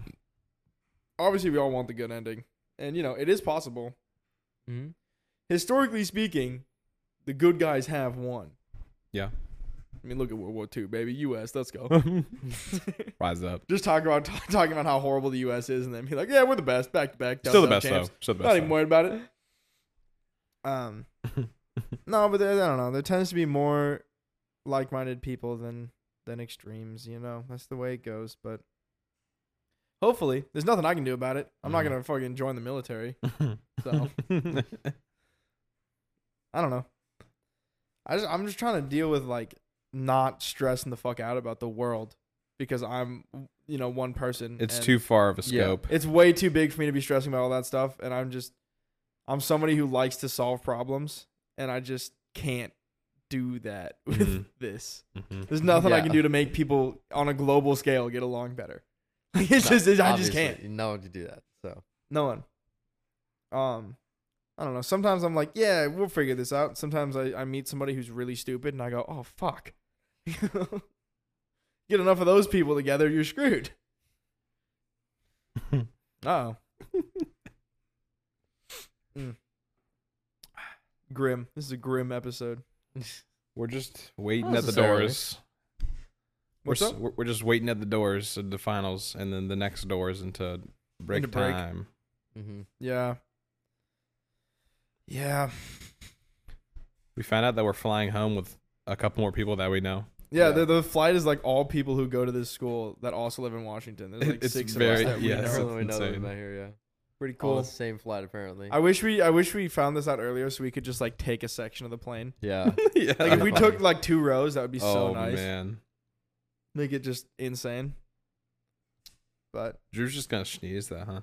S3: Obviously, we all want the good ending, and you know it is possible.
S2: Mhm.
S3: Historically speaking, the good guys have won.
S1: Yeah.
S3: I mean, look at World War II, baby. U.S. Let's go.
S1: Rise up.
S3: Just talk about talking about how horrible the U.S. is, and then be like, "Yeah, we're the best, back to back."
S1: Still the
S3: dub-dub
S1: best
S3: champs.
S1: though. Still the
S3: Not even
S1: best.
S3: worried about it. Um, no, but there, I don't know. There tends to be more like-minded people than than extremes. You know, that's the way it goes. But hopefully, there's nothing I can do about it. I'm not
S1: Mhm.
S3: gonna fucking join the military.
S1: though.
S3: So I don't know. I just I'm just trying to deal with like not stressing the fuck out about the world because I'm you know one person.
S1: it's
S3: and-
S1: too far of a
S2: Yeah.
S1: scope.
S3: it's way too big for me to be stressing about all that stuff and i'm just i'm somebody who likes to solve problems and i just can't do that with
S1: Mhm.
S3: this
S1: Mhm.
S3: there's nothing i
S2: Yeah.
S3: can do to make people on a global scale get along better Like, it's
S2: No,
S3: just it's, i just
S2: obviously,
S3: can't
S2: You know to do that. So
S3: no one um i don't know sometimes i'm like yeah we'll figure this out sometimes i, I meet somebody who's really stupid and i go oh fuck get enough of those people together you're screwed oh Mm. grim. This is a grim episode.
S1: We're just waiting
S2: Not
S1: at the
S2: necessarily.
S1: doors. We're,
S3: What's
S1: s-
S3: up?
S1: we're we're just waiting at the doors of the finals, and then the next doors into break
S3: Into break.
S1: time.
S2: hmm
S3: Yeah. Yeah.
S1: We found out that we're flying home with a couple more people that we know.
S3: Yeah,
S2: Yeah.
S3: The, the flight is like all people who go to this school that also live in Washington. There's like
S1: It's
S3: six
S1: very-
S3: of us that we
S1: yes,
S3: know.
S1: it's
S2: everyone we know that we
S1: insane.
S2: met here. Yeah,
S3: Pretty
S2: cool.
S3: cool.
S2: same flight apparently.
S3: I wish we I wish we found this out earlier so we could just like take a section of the plane.
S2: yeah.
S1: yeah.
S3: Like if we took like two rows, that would be so
S1: oh
S3: nice.
S1: man,
S3: Make it just insane. But
S1: Drew's just gonna sneeze that, huh?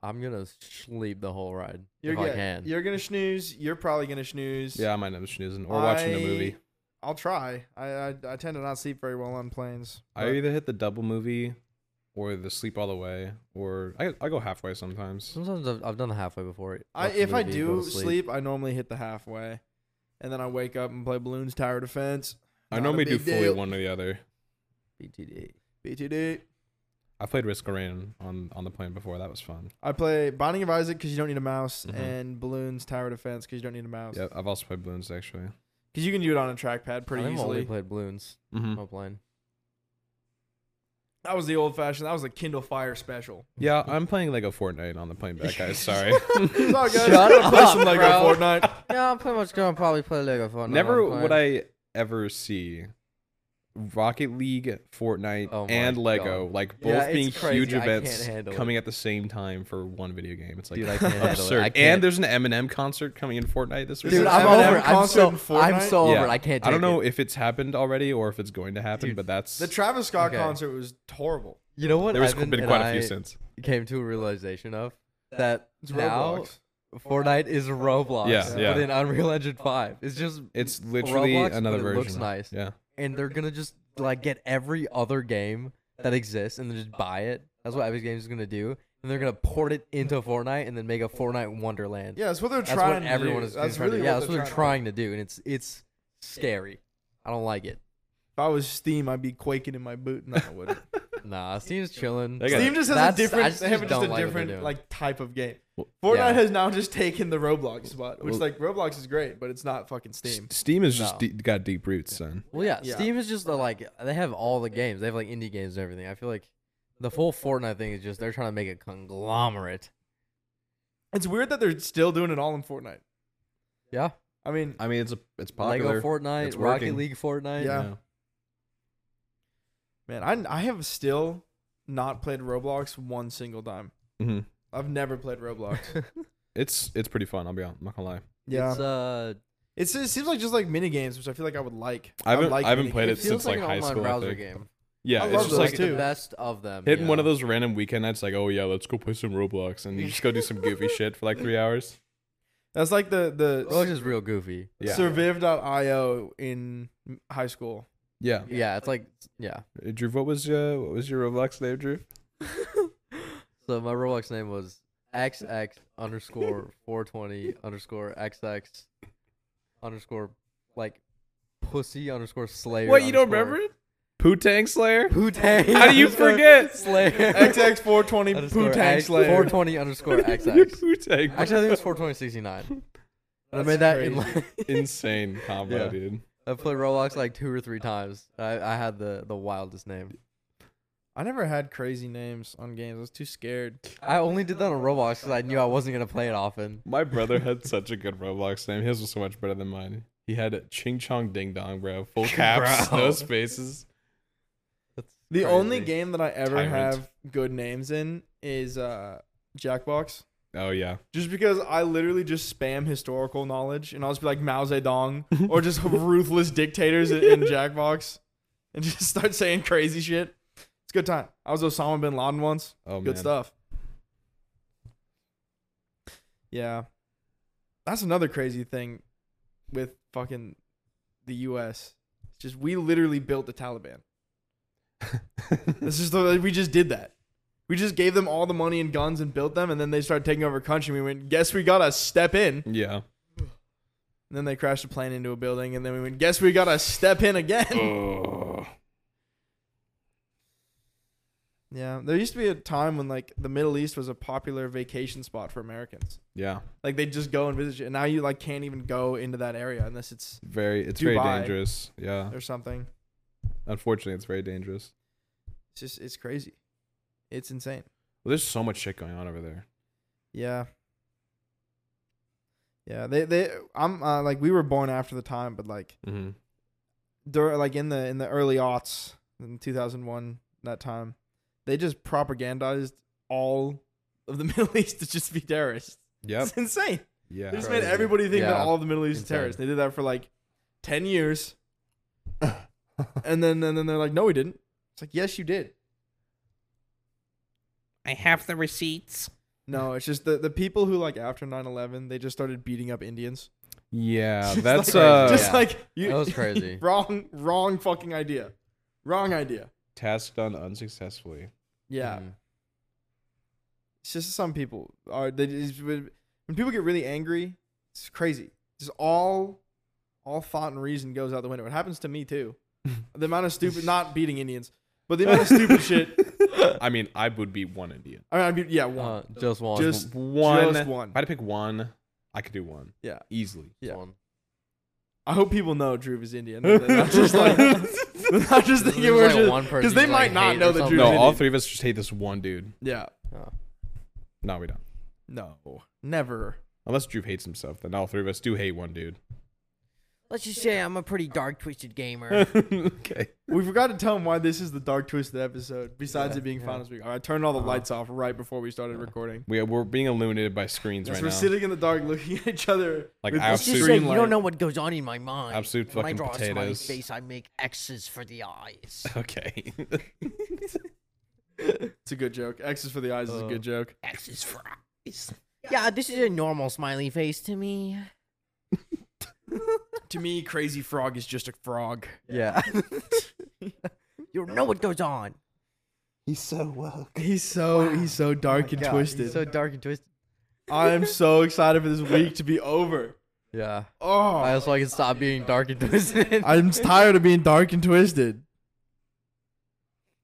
S2: I'm gonna sleep the whole ride
S3: you're
S2: if
S3: gonna
S2: I can.
S3: you're gonna snooze. You're probably gonna snooze.
S1: Yeah, I might end up snoozing or watching a movie.
S3: I'll try. I, I I tend to not sleep very well on planes.
S1: I
S3: but-
S1: either hit the double movie, or the sleep all the way, or I I go halfway sometimes.
S2: Sometimes I've, I've done the halfway before.
S3: I
S2: Watch a
S3: if I
S2: movie, go
S3: do
S2: to
S3: sleep. I normally hit the halfway, and then I wake up and play balloons tower defense.
S1: I
S3: Not a
S1: normally do
S3: big
S1: fully
S3: deal.
S1: one or the other.
S2: BTD.
S3: BTD.
S1: I played Risk of Rain on on the plane before. That was fun.
S3: I play Binding of Isaac because you don't need a mouse,
S2: Mm-hmm.
S1: Mhm.
S3: and balloons tower defense because you don't need a mouse.
S1: Yeah, I've also played Balloons actually.
S3: Because you can do it on a trackpad
S2: I
S3: pretty
S2: think I've only
S3: easily.
S2: played balloons.
S1: Mm-hmm.
S2: No plane.
S3: that was the old fashioned. That was the Kindle Fire special.
S1: Yeah, I'm playing Lego Fortnite on the plane back, guys. Sorry.
S3: It's all good.
S2: Shut
S3: Gotta play
S2: up,
S3: some Lego
S2: bro.
S3: Fortnite.
S2: Yeah, I'm pretty much gonna probably play Lego for
S1: Never would I ever see Rocket League, Fortnite,
S2: Oh my
S1: and Lego
S2: God.
S1: like both
S2: Yeah, it's
S1: being
S2: crazy.
S1: huge
S2: I can't
S1: events
S2: handle it.
S1: coming at the same time for one video game. It's like
S2: Dude, I can't handle it. I
S1: absurd.
S2: can't-
S1: And there's an Eminem concert coming in Fortnite this week.
S3: There's
S2: Dude,
S3: an
S2: I'm
S3: M&M
S2: over. it. I'm so.
S3: concert in
S2: I'm so
S1: Yeah.
S2: over. it. I can't. Take
S1: I don't know
S2: It.
S1: if it's happened already or if it's going to happen,
S2: Dude,
S1: but that's
S3: The Travis Scott
S2: Okay.
S3: concert was horrible.
S2: You know what?
S1: there has
S2: Evan
S1: been
S2: and
S1: quite a few
S2: I
S1: since.
S2: Came to a realization of that
S3: It's
S2: now
S3: Roblox.
S2: Fortnite is Roblox.
S1: Yeah,
S3: yeah.
S2: But in Unreal Engine Five, it's just
S1: It's literally
S2: Roblox,
S1: another
S2: but
S1: version.
S2: It looks
S1: of-
S2: nice,
S1: Yeah.
S2: and they're gonna just like get every other game that exists and then just buy it. That's what Epic Games is gonna do, and they're gonna port it into Fortnite and then make a Fortnite Wonderland.
S3: Yeah, that's what they're
S2: That's what
S3: trying.
S2: everyone
S3: to do.
S2: is
S3: That's
S2: trying
S3: really
S2: to, yeah,
S3: what
S2: that's what
S3: they're
S2: they're trying to do, and it's it's scary. I don't like it.
S3: If I was Steam, I'd be quaking in my boot. No, I wouldn't.
S2: Nah, Steam's chilling.
S1: They got-
S3: Steam just has
S2: That's-
S3: a different.
S2: I just-
S3: they have
S2: just
S3: just a
S2: don't like what they're
S3: different
S2: doing.
S3: like type of game.
S1: Well,
S3: Fortnite
S2: yeah.
S3: has now just taken the Roblox spot, which
S1: Well-
S3: like Roblox is great, but it's not fucking
S1: S-
S3: Steam.
S1: Steam has just
S2: No.
S1: de- got deep roots, son.
S2: Well, yeah,
S3: Yeah.
S2: Steam is just the, like they have all the games. They have like indie games and everything. I feel like the full Fortnite thing is just they're trying to make a conglomerate.
S3: It's weird that they're still doing it all in Fortnite.
S2: Yeah.
S3: I mean,
S1: I mean, it's a it's popular.
S2: Lego Fortnite,
S1: It's
S2: Rocket
S1: working.
S2: League Fortnite.
S3: Yeah.
S1: you know.
S3: man, I I have still not played Roblox one single time.
S1: Mhm.
S3: I've never played Roblox.
S1: It's it's pretty fun. I'll be. hon- I'm not gonna lie.
S3: yeah,
S2: It's uh
S3: it's, it seems like just like mini games, which I feel like I would like.
S1: I haven't-
S3: like
S1: I haven't
S3: mini
S1: played
S3: games.
S2: it
S1: But
S2: feels
S1: since,
S2: like,
S1: like,
S2: an
S1: high
S2: online
S1: school, I
S2: browser
S1: think.
S2: game.
S1: Yeah,
S3: I
S1: it's
S3: love
S1: just
S3: those
S1: like
S3: too.
S2: the best of them.
S1: hitting one of
S2: yeah.
S1: those random weekend nights. Like, oh yeah, let's go play some Roblox, and you just go do some goofy shit for like three hours.
S3: That's like the
S2: Roblox
S3: the
S2: is real goofy.
S1: Yeah,
S3: Surviv.io in high school.
S1: yeah.
S2: Yeah, it's like yeah.
S1: Uh, Drew, what was your what was your Roblox name, Drew?
S2: So my Roblox name was XX underscore four twenty underscore XX underscore like pussy underscore slayer.
S1: What you don't
S2: underscore-
S1: remember it? Poontang Slayer.
S2: Poo tang.
S1: How do you
S2: underscore
S1: forget?
S2: Slayer.
S3: XX420
S2: underscore
S3: Poo Tank
S2: X-
S3: Slayer.
S2: 420 underscore
S1: Your
S2: XX.
S1: Poontang.
S2: Actually, I think it's 42069. And I made that in like,
S1: Insane combo,
S2: Yeah.
S1: dude.
S2: I played Roblox like two or three times. I, I had the, the wildest name.
S3: I never had crazy names on games. I was too scared.
S2: I only did that on Roblox because I knew I wasn't gonna play it often.
S1: My brother had such a good Roblox name. His was so much better than mine. He had Ching Chong Ding Dong, bro. Full caps,
S2: Bro.
S1: no spaces.
S2: That's
S3: The only
S2: crazy.
S3: game that I ever
S1: Tyrant.
S3: have good names in is uh, Jackbox.
S1: Oh yeah.
S3: Just because I literally just spam historical knowledge and I'll just be like Mao Zedong or just ruthless dictators in, in Jackbox and just start saying crazy shit. It's a good time. I was Osama bin Laden once.
S1: Oh
S3: good
S1: man.
S3: stuff. Yeah. That's another crazy thing with fucking the US. It's just we literally built the Taliban. This is the we just did that. We just gave them all the money and guns and built them and then they started taking over country and we went, "Guess we got to step in."
S1: yeah.
S3: And then they crashed a plane into a building and then we went, "Guess we got to step in again."
S1: Ugh.
S3: yeah. There used to be a time when like the Middle East was a popular vacation spot for Americans.
S1: Yeah.
S3: Like they just go and visit you, and now you like can't even go into that area unless it's
S1: Very. It's very
S3: Dubai.
S1: dangerous. Yeah.
S3: or something.
S1: Unfortunately, it's very dangerous.
S3: It's just it's crazy, it's insane.
S1: Well, there's so much shit going on over there.
S3: Yeah, yeah. They they I'm uh, like we were born after the time, but like
S1: Mm-hmm.
S3: during like in the in the early aughts in 2001 that time, they just propagandized all of the Middle East to just be terrorists.
S1: Yep.
S3: It's insane.
S1: Yeah.
S3: They just
S2: Crazy.
S3: made everybody think that
S2: Yeah.
S3: all of the Middle East is
S2: Insane.
S3: terrorists. They did that for like ten years, and then and then they're like, no, we didn't. It's like, yes, you did.
S5: I have the receipts.
S3: No, it's just the, the people who like after 9-11, they just started beating up Indians.
S1: Yeah.
S3: Just
S1: That's
S3: like,
S1: uh.
S3: just
S2: Yeah.
S3: like you,
S2: That was crazy.
S3: wrong, wrong fucking idea, wrong idea.
S1: task done unsuccessfully.
S3: Yeah,
S2: Mhm.
S3: it's just some people are they just, when when people get really angry, it's crazy. Just all all thought and reason goes out the window. It happens to me too. the amount of stupid, not beating Indians, but the amount of stupid shit.
S1: I mean, I would be one Indian.
S3: I mean, I mean yeah, one,
S2: Uh, just one.
S3: just
S1: One.
S3: just one.
S1: If I had to pick one, I could do one.
S3: Yeah.
S1: Easily.
S2: Just
S3: yeah.
S2: one.
S3: I hope people know Drew is Indian. They're not just like, they're not just
S2: This is
S3: thinking we're
S2: like
S3: just,
S2: one person
S3: because they
S2: you, like,
S3: might not
S2: hate
S3: know
S2: or
S3: that
S2: something.
S3: Drew's
S1: No,
S3: Indian.
S1: all three of us just hate this one dude.
S3: Yeah.
S1: No, we don't.
S3: No, never.
S1: Unless Drew hates himself, then all three of us do hate one dude.
S4: Let's just say I'm a pretty dark twisted gamer.
S1: okay.
S3: We forgot to tell them why this is the dark twisted episode. Besides
S2: Yeah,
S3: it being
S2: yeah.
S3: finals week, All right, I turned all the
S2: Uh-huh.
S3: lights off right before we started
S2: Yeah.
S3: recording.
S1: We are, we're being illuminated by screens
S3: Yes,
S1: right
S3: we're
S1: now.
S3: sitting in the dark, looking at each other.
S1: Like,
S3: with the
S4: Let's just
S1: absolute-
S4: say
S3: streamlight.
S4: you don't know what goes on in my mind.
S1: Absolute
S4: when I
S1: fucking
S4: draw a smiley
S1: potatoes.
S4: face, I make X's for the eyes.
S1: Okay.
S3: It's a good joke. X's for the eyes is a
S2: Uh,
S3: good joke.
S4: X's for eyes. Yeah, this is a normal smiley face to me.
S3: To me, crazy frog is just a frog.
S2: Yeah.
S4: You don't know what goes on.
S5: He's so woke.
S3: He's so Oh he's so dark and
S2: God, he's
S3: twisted.
S2: so dark and twisted.
S3: I am so excited for this week to be over.
S2: Yeah. I
S3: Oh,
S2: also I can stop being dark and twisted.
S3: I'm tired of being dark and twisted.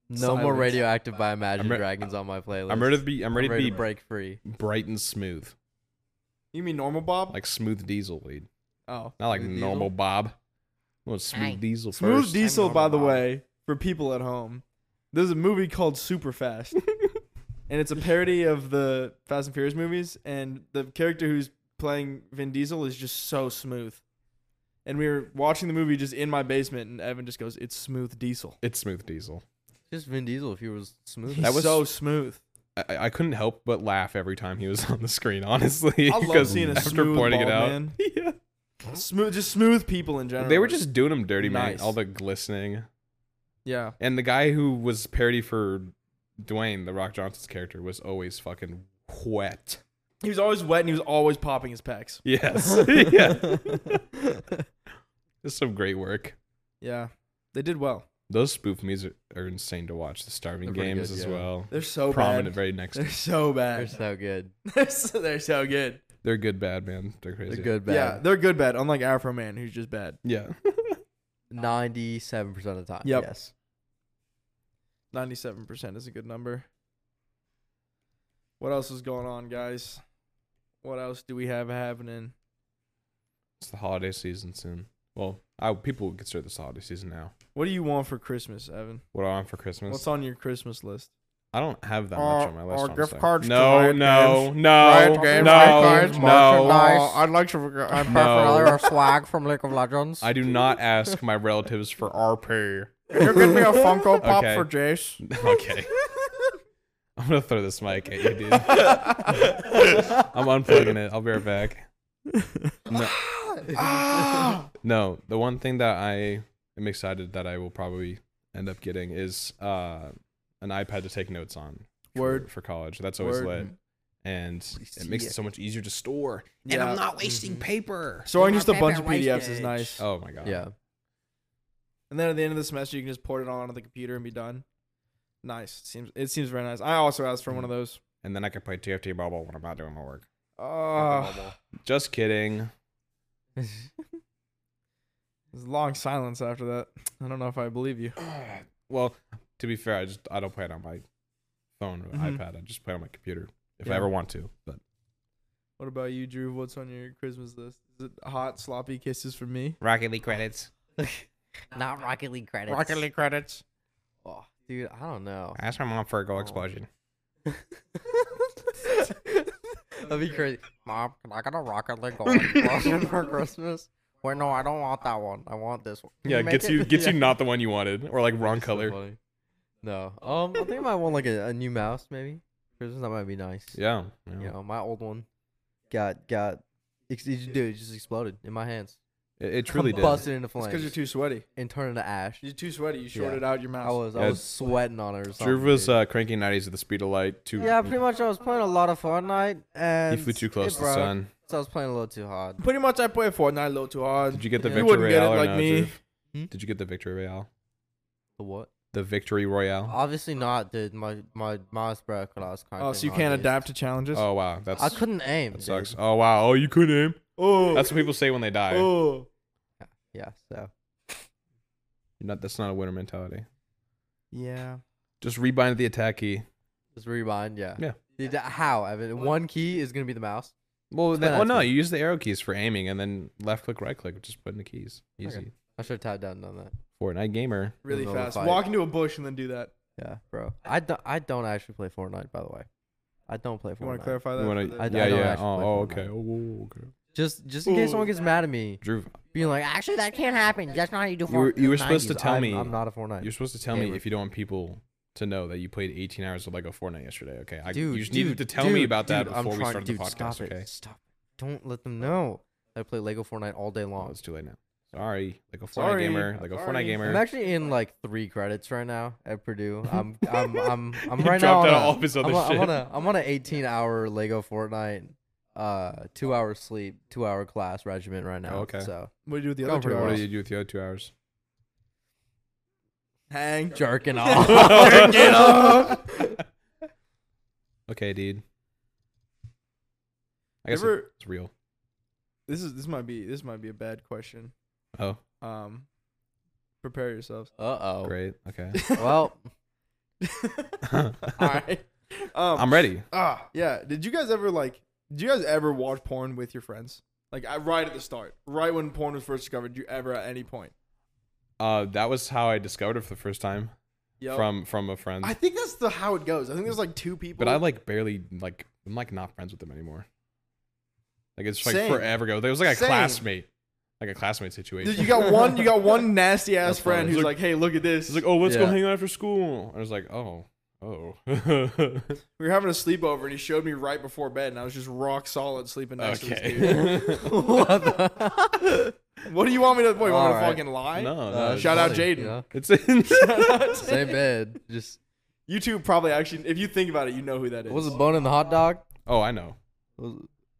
S2: no more
S3: Silence.
S2: radioactive by Imagine
S1: I'm re-
S2: Dragons on my playlist.
S1: I'm ready to be. I'm ready, to be
S2: break free.
S1: bright and smooth,
S3: You mean normal Bob?
S1: like smooth diesel, dude.
S3: oh,
S1: Not like
S2: Smooth
S1: normal
S2: Diesel?
S1: Bob. I want smooth
S4: Hey.
S1: diesel
S3: Smooth
S1: first.
S3: Diesel,
S4: normal
S3: by the
S4: Bob.
S3: way, for people at home. There's a movie called Superfast. and it's a parody of the Fast and Furious movies, and the character who's playing Vin Diesel is just so smooth. And we were watching the movie just in my basement, and Evan just goes, "It's smooth Diesel."
S1: It's Smooth Diesel.
S2: Just Vin Diesel if he was smooth.
S1: That
S3: That
S1: was-
S3: was so smooth.
S1: I, I couldn't help but laugh every time he was on the screen. Honestly,
S3: I love
S1: because
S3: seeing a
S1: after
S3: smooth
S1: pointing it
S3: bald
S1: out,
S3: man.
S1: yeah,
S3: Smooth, just smooth people in general.
S1: they were just doing him dirty,
S3: Nice.
S1: man. All the glistening,
S3: yeah.
S1: and the guy who was parody for Dwayne, the Rock Johnson's character, was always fucking wet.
S3: He was always wet, and he was always popping his pecs.
S1: Yes, yeah, just some great work.
S3: Yeah, they did well.
S1: Those spoof movies are, are insane to watch. The Starving
S2: They're pretty
S1: Games
S2: good,
S1: as
S2: yeah.
S1: well,
S3: They're so
S1: prominent
S3: Bad.
S1: very next.
S3: They're so
S2: They're
S3: bad.
S2: so good.
S3: They're so, they're so good.
S1: They're good, bad man. They're
S2: They're
S1: crazy.
S2: good
S3: Yeah,
S2: bad.
S3: they're good bad. Unlike Afro Man, who's just bad.
S1: Yeah,
S2: Ninety seven percent of the time.
S3: Yep.
S2: Yes.
S3: Ninety-seven percent is a good number. What else is going on, guys? What else do we have happening?
S1: it's the holiday season soon. Well, I, people would consider this holiday season now.
S3: What do you want for Christmas, Evan?
S1: What do I want for Christmas?
S3: What's on your Christmas list?
S1: I don't have that
S5: Or-
S1: much on my list.
S5: or
S1: honestly.
S5: gift cards to
S1: No,
S5: Riot
S1: no,
S5: Games.
S1: no,
S5: Riot
S1: no,
S5: Games, gift cards,
S1: no.
S5: merchandise. Uh, I'd like to. reg-
S4: I'm
S1: No.
S4: preferably a swag from League of Legends.
S1: I do not ask my relatives for RP.
S5: Can you give me a Funko Pop
S1: Okay.
S5: for Jace?
S1: Okay. I'm gonna throw this mic at you, dude. I'm unplugging it. I'll be right back. No, no. The one thing that I am excited that I will probably end up getting is uh, an iPad to take notes on. for-
S3: Word.
S1: for college. That's always
S3: Word.
S1: lit, and it makes it so much easier to store.
S3: Yeah.
S5: And I'm not wasting
S4: Mm-hmm.
S3: Mhm.
S5: paper.
S3: Storing
S5: I'm
S3: just a
S5: not
S3: bunch of
S5: paper
S3: PDFs is
S5: wastage.
S3: nice.
S1: Oh my god.
S2: Yeah.
S3: And then at the end of the semester, you can just port it all onto the computer and be done. Nice. Seems it seems very nice. I also asked for one of those.
S1: and then I can play TFT Bubble when I'm not doing my work.
S3: Oh,
S1: Just kidding.
S3: there's a long silence after that. I don't know if I believe you.
S1: well, to be fair, I just I don't play it on my phone or
S3: Mhm.
S1: iPad. I just play it on my computer if I
S3: Yeah.
S1: ever want to. But
S3: What about you, Drew? What's on your Christmas list? Is it hot sloppy kisses from me?
S5: Rocket League credits.
S4: Not Rocket League credits.
S5: Rocket League credits.
S2: Oh, dude, I don't know.
S5: Ask my mom for a goal
S2: Oh.
S5: explosion.
S2: That'd be crazy.
S4: Mom, can I get a Rocket League explosion for Christmas? Wait, no, I don't want that one. I want this one. Can
S1: yeah,
S4: make
S1: gets
S4: it?
S1: you gets you
S2: Yeah.
S1: not the one you wanted or like wrong
S2: So
S1: color.
S2: funny. No. Um, I think I might want like a, a new mouse maybe. Christmas that might be nice.
S1: Yeah, yeah.
S2: You know, my old one got got ex- it- dude, it just exploded in my hands.
S1: It, it truly did.
S2: busted into flames
S3: Because you're too sweaty.
S2: and turned into ash.
S3: You're too sweaty. You
S2: shorted
S3: shorted out your mouth.
S2: I was
S1: Yeah.
S2: I was sweating on it or something.
S1: Drew was
S2: dude.
S1: uh, cranking 90s at the speed of light. Too,
S2: yeah, pretty much. I was playing a lot of Fortnite, and
S1: he flew too
S2: it
S1: close to the
S2: broke,
S1: sun.
S2: So I was playing a little too hard.
S3: Pretty much, I played Fortnite a little too hard.
S1: Did you get the
S3: You
S1: victory
S3: wouldn't get
S1: royale
S3: it
S1: or
S3: like
S1: no,
S3: me.
S1: Drew?
S2: Hmm?
S1: Did you get the victory royale?
S2: The what?
S1: The victory royale.
S4: Obviously not, dude. My my mouse broke when I was cranking.
S3: Oh, so you
S4: on
S3: can't
S4: it.
S3: adapt to challenges?
S1: Oh wow, that's
S4: I couldn't aim.
S1: that
S4: dude.
S1: sucks. Oh wow, oh you couldn't aim.
S3: Oh.
S1: That's what people say when they die.
S3: Oh.
S2: Yeah. So
S1: Not that's not a winner mentality.
S3: Yeah.
S1: Just rebind the attack key.
S2: just rewind. Yeah.
S1: Yeah.
S2: Did- How Evan? One key is gonna be the mouse.
S1: Well, then,
S2: not
S1: oh no,
S2: expensive.
S1: you use the arrow keys for aiming, and then left click, right click, just putting the keys. Easy.
S2: Okay. I should have tied down on that.
S1: Fortnite gamer.
S3: Really
S2: Middle of the
S3: fast.
S2: fight.
S3: Walk into a bush and then do that.
S2: Yeah, bro. I don't. I don't actually play Fortnite, by the way. I don't play
S3: You want to
S2: Fortnite.
S3: clarify
S1: You
S3: that? for
S1: wanna-
S3: the-
S2: I-
S1: yeah,
S2: don't
S1: yeah.
S2: actually
S1: Oh,
S2: play
S1: oh,
S2: Fortnite.
S1: okay. Oh, oh, okay.
S2: Just, just in case someone gets mad at me,
S1: Drew,
S2: being like, actually,
S4: Actually, that can't happen. That's not how you do.
S1: You were- you were supposed to
S4: Fortnite.
S1: tell
S2: I'm,
S1: me-
S2: I'm not a Fortnite.
S1: you're supposed to tell me
S2: Gamer.
S1: if you don't want people to know that you played 18 hours of Lego Fortnite yesterday. Okay, I,
S2: dude,
S1: you just needed
S2: dude,
S1: to tell me
S2: dude,
S1: about that
S2: dude,
S1: before
S2: I'm
S1: we
S2: trying-
S1: started
S2: dude,
S1: the
S2: Stop
S1: podcast.
S2: it.
S1: Okay,
S2: Stop. it. Don't let them know. I play Lego Fortnite all day
S1: oh,
S2: long.
S1: it's too late now. Sorry, Lego Fortnite
S3: Sorry.
S1: gamer. Lego
S3: Sorry.
S1: Fortnite
S2: I'm
S1: gamer.
S2: actually in like three credits right now at Purdue. I'm, I'm, I'm, I'm
S1: He
S2: right now. On
S1: dropped out all
S2: a,
S1: of his other
S2: I'm, on-
S1: shit.
S2: I'm on a, I'm on an 18 hour Lego Fortnite, uh, two hour sleep, two hour class regimen right now.
S1: Oh, okay.
S2: So
S3: What do you do with the
S2: Go
S3: other
S2: for
S3: two
S2: it.
S1: What
S3: hours?
S1: do you do with the other two hours?
S3: Hang.
S2: jerking off.
S3: Get off.
S1: Okay, dude. I guess
S3: Ever,
S1: it's real.
S3: this is this might be this might be a bad question.
S1: Oh,
S3: Um, prepare yourselves.
S2: Uh oh.
S1: great. Okay.
S2: Well,
S3: All right. Um,
S1: I'm ready.
S3: Ah, yeah. Did you guys ever like? Did you guys ever watch porn with your friends? Like I, right at the start, right when porn was first discovered, you ever at any point?
S1: Uh, that was how I discovered it for the first time.
S6: Yep.
S1: from from a friend.
S3: I think that's the how it goes. I think there's like two people.
S1: but I like barely like I'm like not friends with them anymore. Like it's like
S3: Same.
S1: forever ago. There was like a
S3: Same.
S1: classmate, like a classmate situation.
S3: you got one. You got one nasty ass
S2: That's
S3: friend
S2: funny.
S3: who's like, "Hey, look at this."
S1: It's like, oh, let's go
S2: Yeah.
S1: hang out after school. I was like, oh, oh, okay.
S3: we were having a sleepover, and he showed me right before bed, and I was just rock solid sleeping next to this dude.
S2: What the-
S3: What do you want me to? What, you want me to
S2: Alright.
S3: fucking lie?
S1: no,
S2: Uh,
S1: no,
S2: it's
S3: shout out
S2: funny,
S3: Jaden.
S2: you know?
S1: It's in.
S2: Same bed. Just
S3: You two probably actually, if you think about it, you know who that is.
S2: was it bun in the hot dog?
S1: oh, I know.
S2: Was,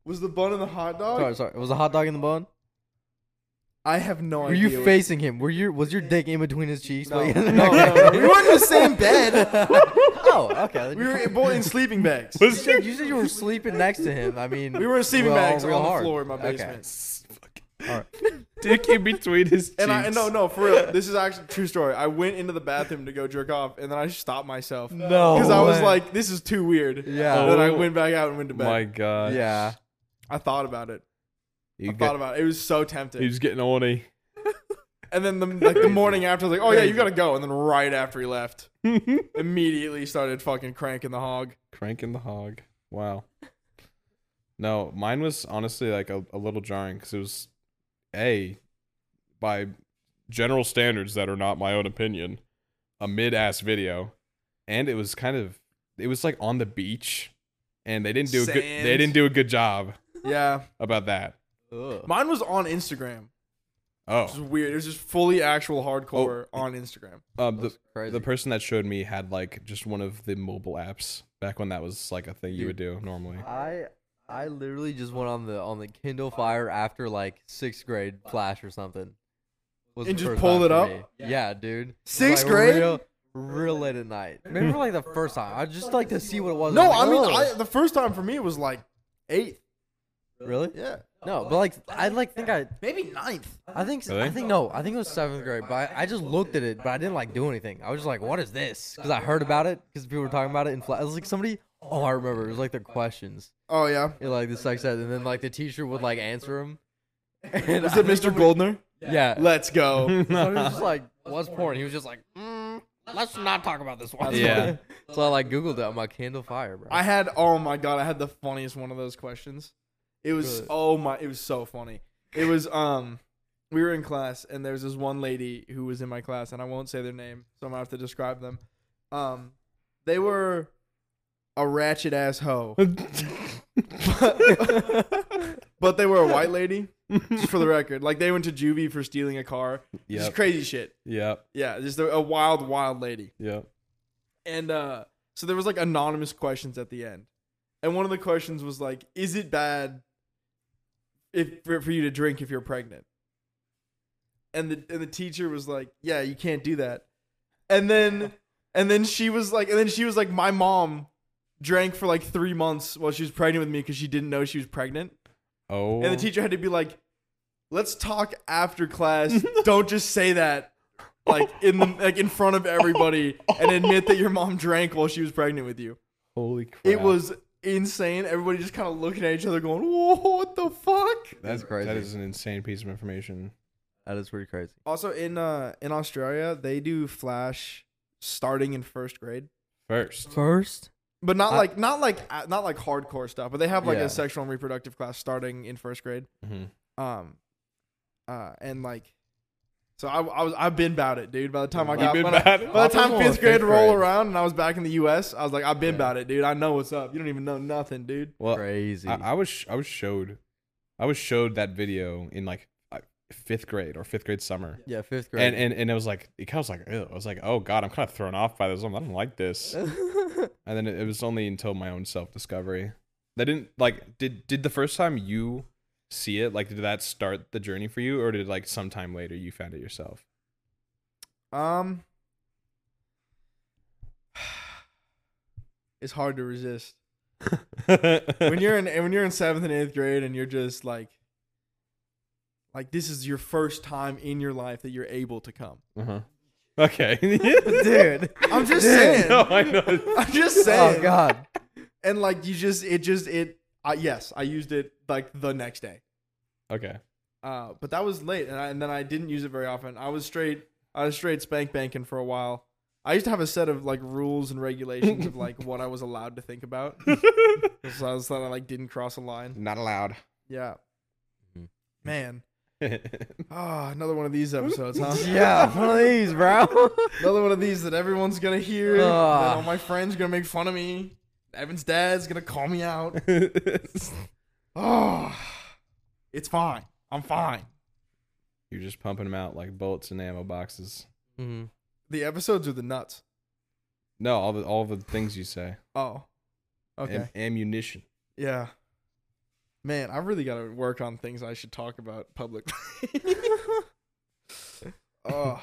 S3: Was the bun in the hot dog?
S2: sorry, sorry. Was a hot dog in the bun?
S3: I have no
S2: Were
S3: idea.
S2: you
S3: what-
S2: facing him? Were your was your dick in between his cheeks?
S3: No,
S2: Like-
S3: no, no, no. We weren't in the same bed.
S2: oh, okay. then
S3: We
S2: you're
S3: were
S2: fine.
S3: both in sleeping bags.
S2: You said, you said you were sleeping next to him. I mean,
S3: We were in sleeping
S2: Well,
S3: bags on
S2: real
S3: the
S2: hard.
S3: floor in my
S2: Okay.
S3: basement.
S1: Dick in between his cheeks.
S3: And I and no no for real. This is actually true story. I went into the bathroom to go jerk off, and then I stopped myself
S2: no,
S3: because I was
S2: way.
S3: like, "This is too weird."
S2: Yeah.
S3: And then I
S1: Oh.
S3: went back out and went to bed.
S1: my god.
S2: yeah.
S3: I thought about it.
S1: you
S3: I thought about it. It was so tempting.
S1: He was getting horny.
S3: and then the like the morning after, I was like, "Oh yeah, you gotta go." And then right after he left, immediately started fucking cranking the hog.
S1: Cranking the hog. Wow. No, mine was honestly like a, a little jarring because it was a by general standards that are not my own opinion, a mid ass video, and it was kind of it was like on the beach, and they didn't do a good they
S3: Sand.
S1: didn't do a good job
S3: Yeah,
S1: about that.
S2: Ugh.
S3: mine was on Instagram. It was
S1: Oh,
S3: weird. It was just fully actual hardcore on Instagram.
S1: um, the
S2: That's crazy.
S1: the person that showed me had like just one of the mobile apps back when that was like a thing you would do normally.
S2: I I literally just went on the on the Kindle Fire after like sixth grade flash or something. Was
S3: And
S2: the
S3: just
S2: first
S3: pulled
S2: time
S3: it
S2: for
S3: up?
S2: me. Yeah, dude. It was,
S3: Sixth grade?
S2: Real, real late at night. Maybe for like the first time. I just like to see what it was.
S3: No, I
S2: I'm like,
S3: mean,
S2: "Oh."
S3: I, the first time for me was like eighth.
S2: really?
S3: Yeah,
S2: No, but like I like think I
S3: maybe ninth.
S2: I think
S1: Really?
S2: I think no I think it was seventh grade. But I, I just looked at it, but I didn't like do anything. I was just like, what is this? Because I heard about it because people were talking about it in flash. It was like somebody. Oh, I remember. It was like the questions.
S3: Oh yeah,
S2: Yeah, like the sex ed, and then like the teacher would like answer him. And
S3: was
S2: I
S3: it
S2: think
S3: Mr. Goldner?
S2: Yeah.
S3: Let's go.
S2: So he was just like, "What's porn?" He was just like,
S4: Mm, let's not talk about this one.
S1: yeah.
S2: so I like Googled it. I'm like, "Candle fire, bro."
S3: I had oh my god, I had the funniest one of those questions. It was
S2: Good.
S3: oh my, it was so funny. It was um, we were in class and there was this one lady who was in my class and I won't say their name, so I'm gonna have to describe them. Um, they were a ratchet ass hoe, but they were a white lady. Just for the record, like they went to juvie for stealing a car. Just
S1: yep.
S3: crazy shit.
S1: Yep.
S3: Yeah, just a, a wild, wild lady.
S1: Yep.
S3: And uh, so there was like anonymous questions at the end, and one of the questions was like, "Is it bad if for, for you to drink if you're pregnant?" And the and the teacher was like, "Yeah, you can't do that." And then and then she was like, and then she was like, "My mom drank for like three months while she was pregnant with me because she didn't know she was pregnant."
S1: Oh.
S3: And the teacher had to be like, "Let's talk after class. Don't just say that." Like in the like in front of everybody, and admit that your mom drank while she was pregnant with you.
S1: Holy crap.
S3: It was insane. Everybody just kind of looking at each other, going, "Whoa, what the fuck?"
S1: That's
S2: crazy.
S1: That is an insane piece of information.
S2: that is pretty crazy.
S3: Also, in uh in Australia, they do flash starting in first grade,
S1: First.
S2: First,
S3: but not
S2: I-
S3: like not like uh, not like hardcore stuff. But they have like
S2: Yeah.
S3: a sexual and reproductive class starting in first grade.
S1: Mhm.
S3: Um, uh, and like, so I, I was I've been about it, dude. By the time I
S1: You
S3: got
S1: been
S3: when I-
S1: about it?
S3: by the
S2: I was
S3: time
S2: more
S3: fifth
S2: fifth
S3: grade roll
S2: grade.
S3: around and I was back in the U.S., I was like, I've been
S2: Yeah.
S3: about it, dude. I know what's up. You don't even know nothing, dude.
S1: Well,
S2: crazy.
S1: I, I was sh- I was showed, I was showed that video in like I- fifth grade or fifth grade summer,
S2: yeah, fifth grade.
S1: and and and it was like it kind of was like Ew. I was like oh god I'm kind of thrown off by this I don't like this, and then it, it was only until my own self discovery. That didn't like did did the first time you see it like did that start the journey for you or did like sometime later you found it yourself?
S3: Um, it's hard to resist when you're in when you're in seventh and eighth grade and you're just like, like this is your first time in your life that you're able to come.
S1: uh-huh. okay,
S2: dude.
S3: I'm just saying.
S1: no I know.
S3: I'm just saying.
S2: Oh God.
S3: and like you just it just it I yes i used it like the next day
S1: Okay.
S3: uh but that was late and, I, and then i didn't use it very often i was straight i was straight spank banking for a while I used to have a set of like rules and regulations of like what I was allowed to think about. so I was thought I like didn't cross a line.
S1: Not allowed.
S3: Yeah.
S2: Mhm.
S3: Man. Ah, another one of these episodes, huh?
S2: Yeah, one of these, bro.
S3: Another one of these that everyone's gonna hear. that
S2: Ah.
S3: all my friends gonna make fun of me. Evan's dad's gonna call me out.
S1: You're
S3: Oh, it's fine. I'm fine.
S1: just pumping them out like bullets and ammo boxes.
S2: hmm
S3: The episodes are the nuts.
S1: No, all the all the things you say.
S3: Oh, okay.
S1: Am- ammunition.
S3: yeah. Man, I really gotta work on things I should talk about publicly. oh,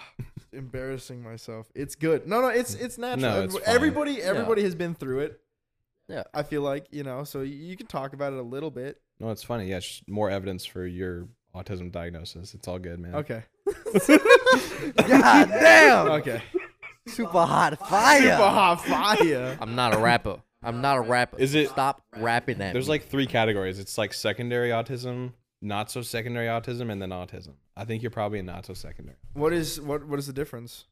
S3: embarrassing myself. It's good. No, no, it's it's natural.
S1: No, it's
S3: Everyb-
S1: fine.
S3: everybody, everybody has been through it.
S2: Yeah.
S3: I feel like you know, so you- you can talk about it a little bit.
S1: No, it's funny. Yeah, it's just more evidence for your autism diagnosis. It's all good, man.
S3: Okay.
S2: God damn.
S3: Okay.
S2: Super hot fire.
S3: Bah, fire.
S2: I'm not a rapper. I'm not a rapper.
S1: Is it-
S2: Stop rapping at
S1: There's
S2: me.
S1: like three categories. It's like secondary autism, not so secondary autism, and then autism. I think you're probably in not so secondary.
S3: What is what? What is the difference?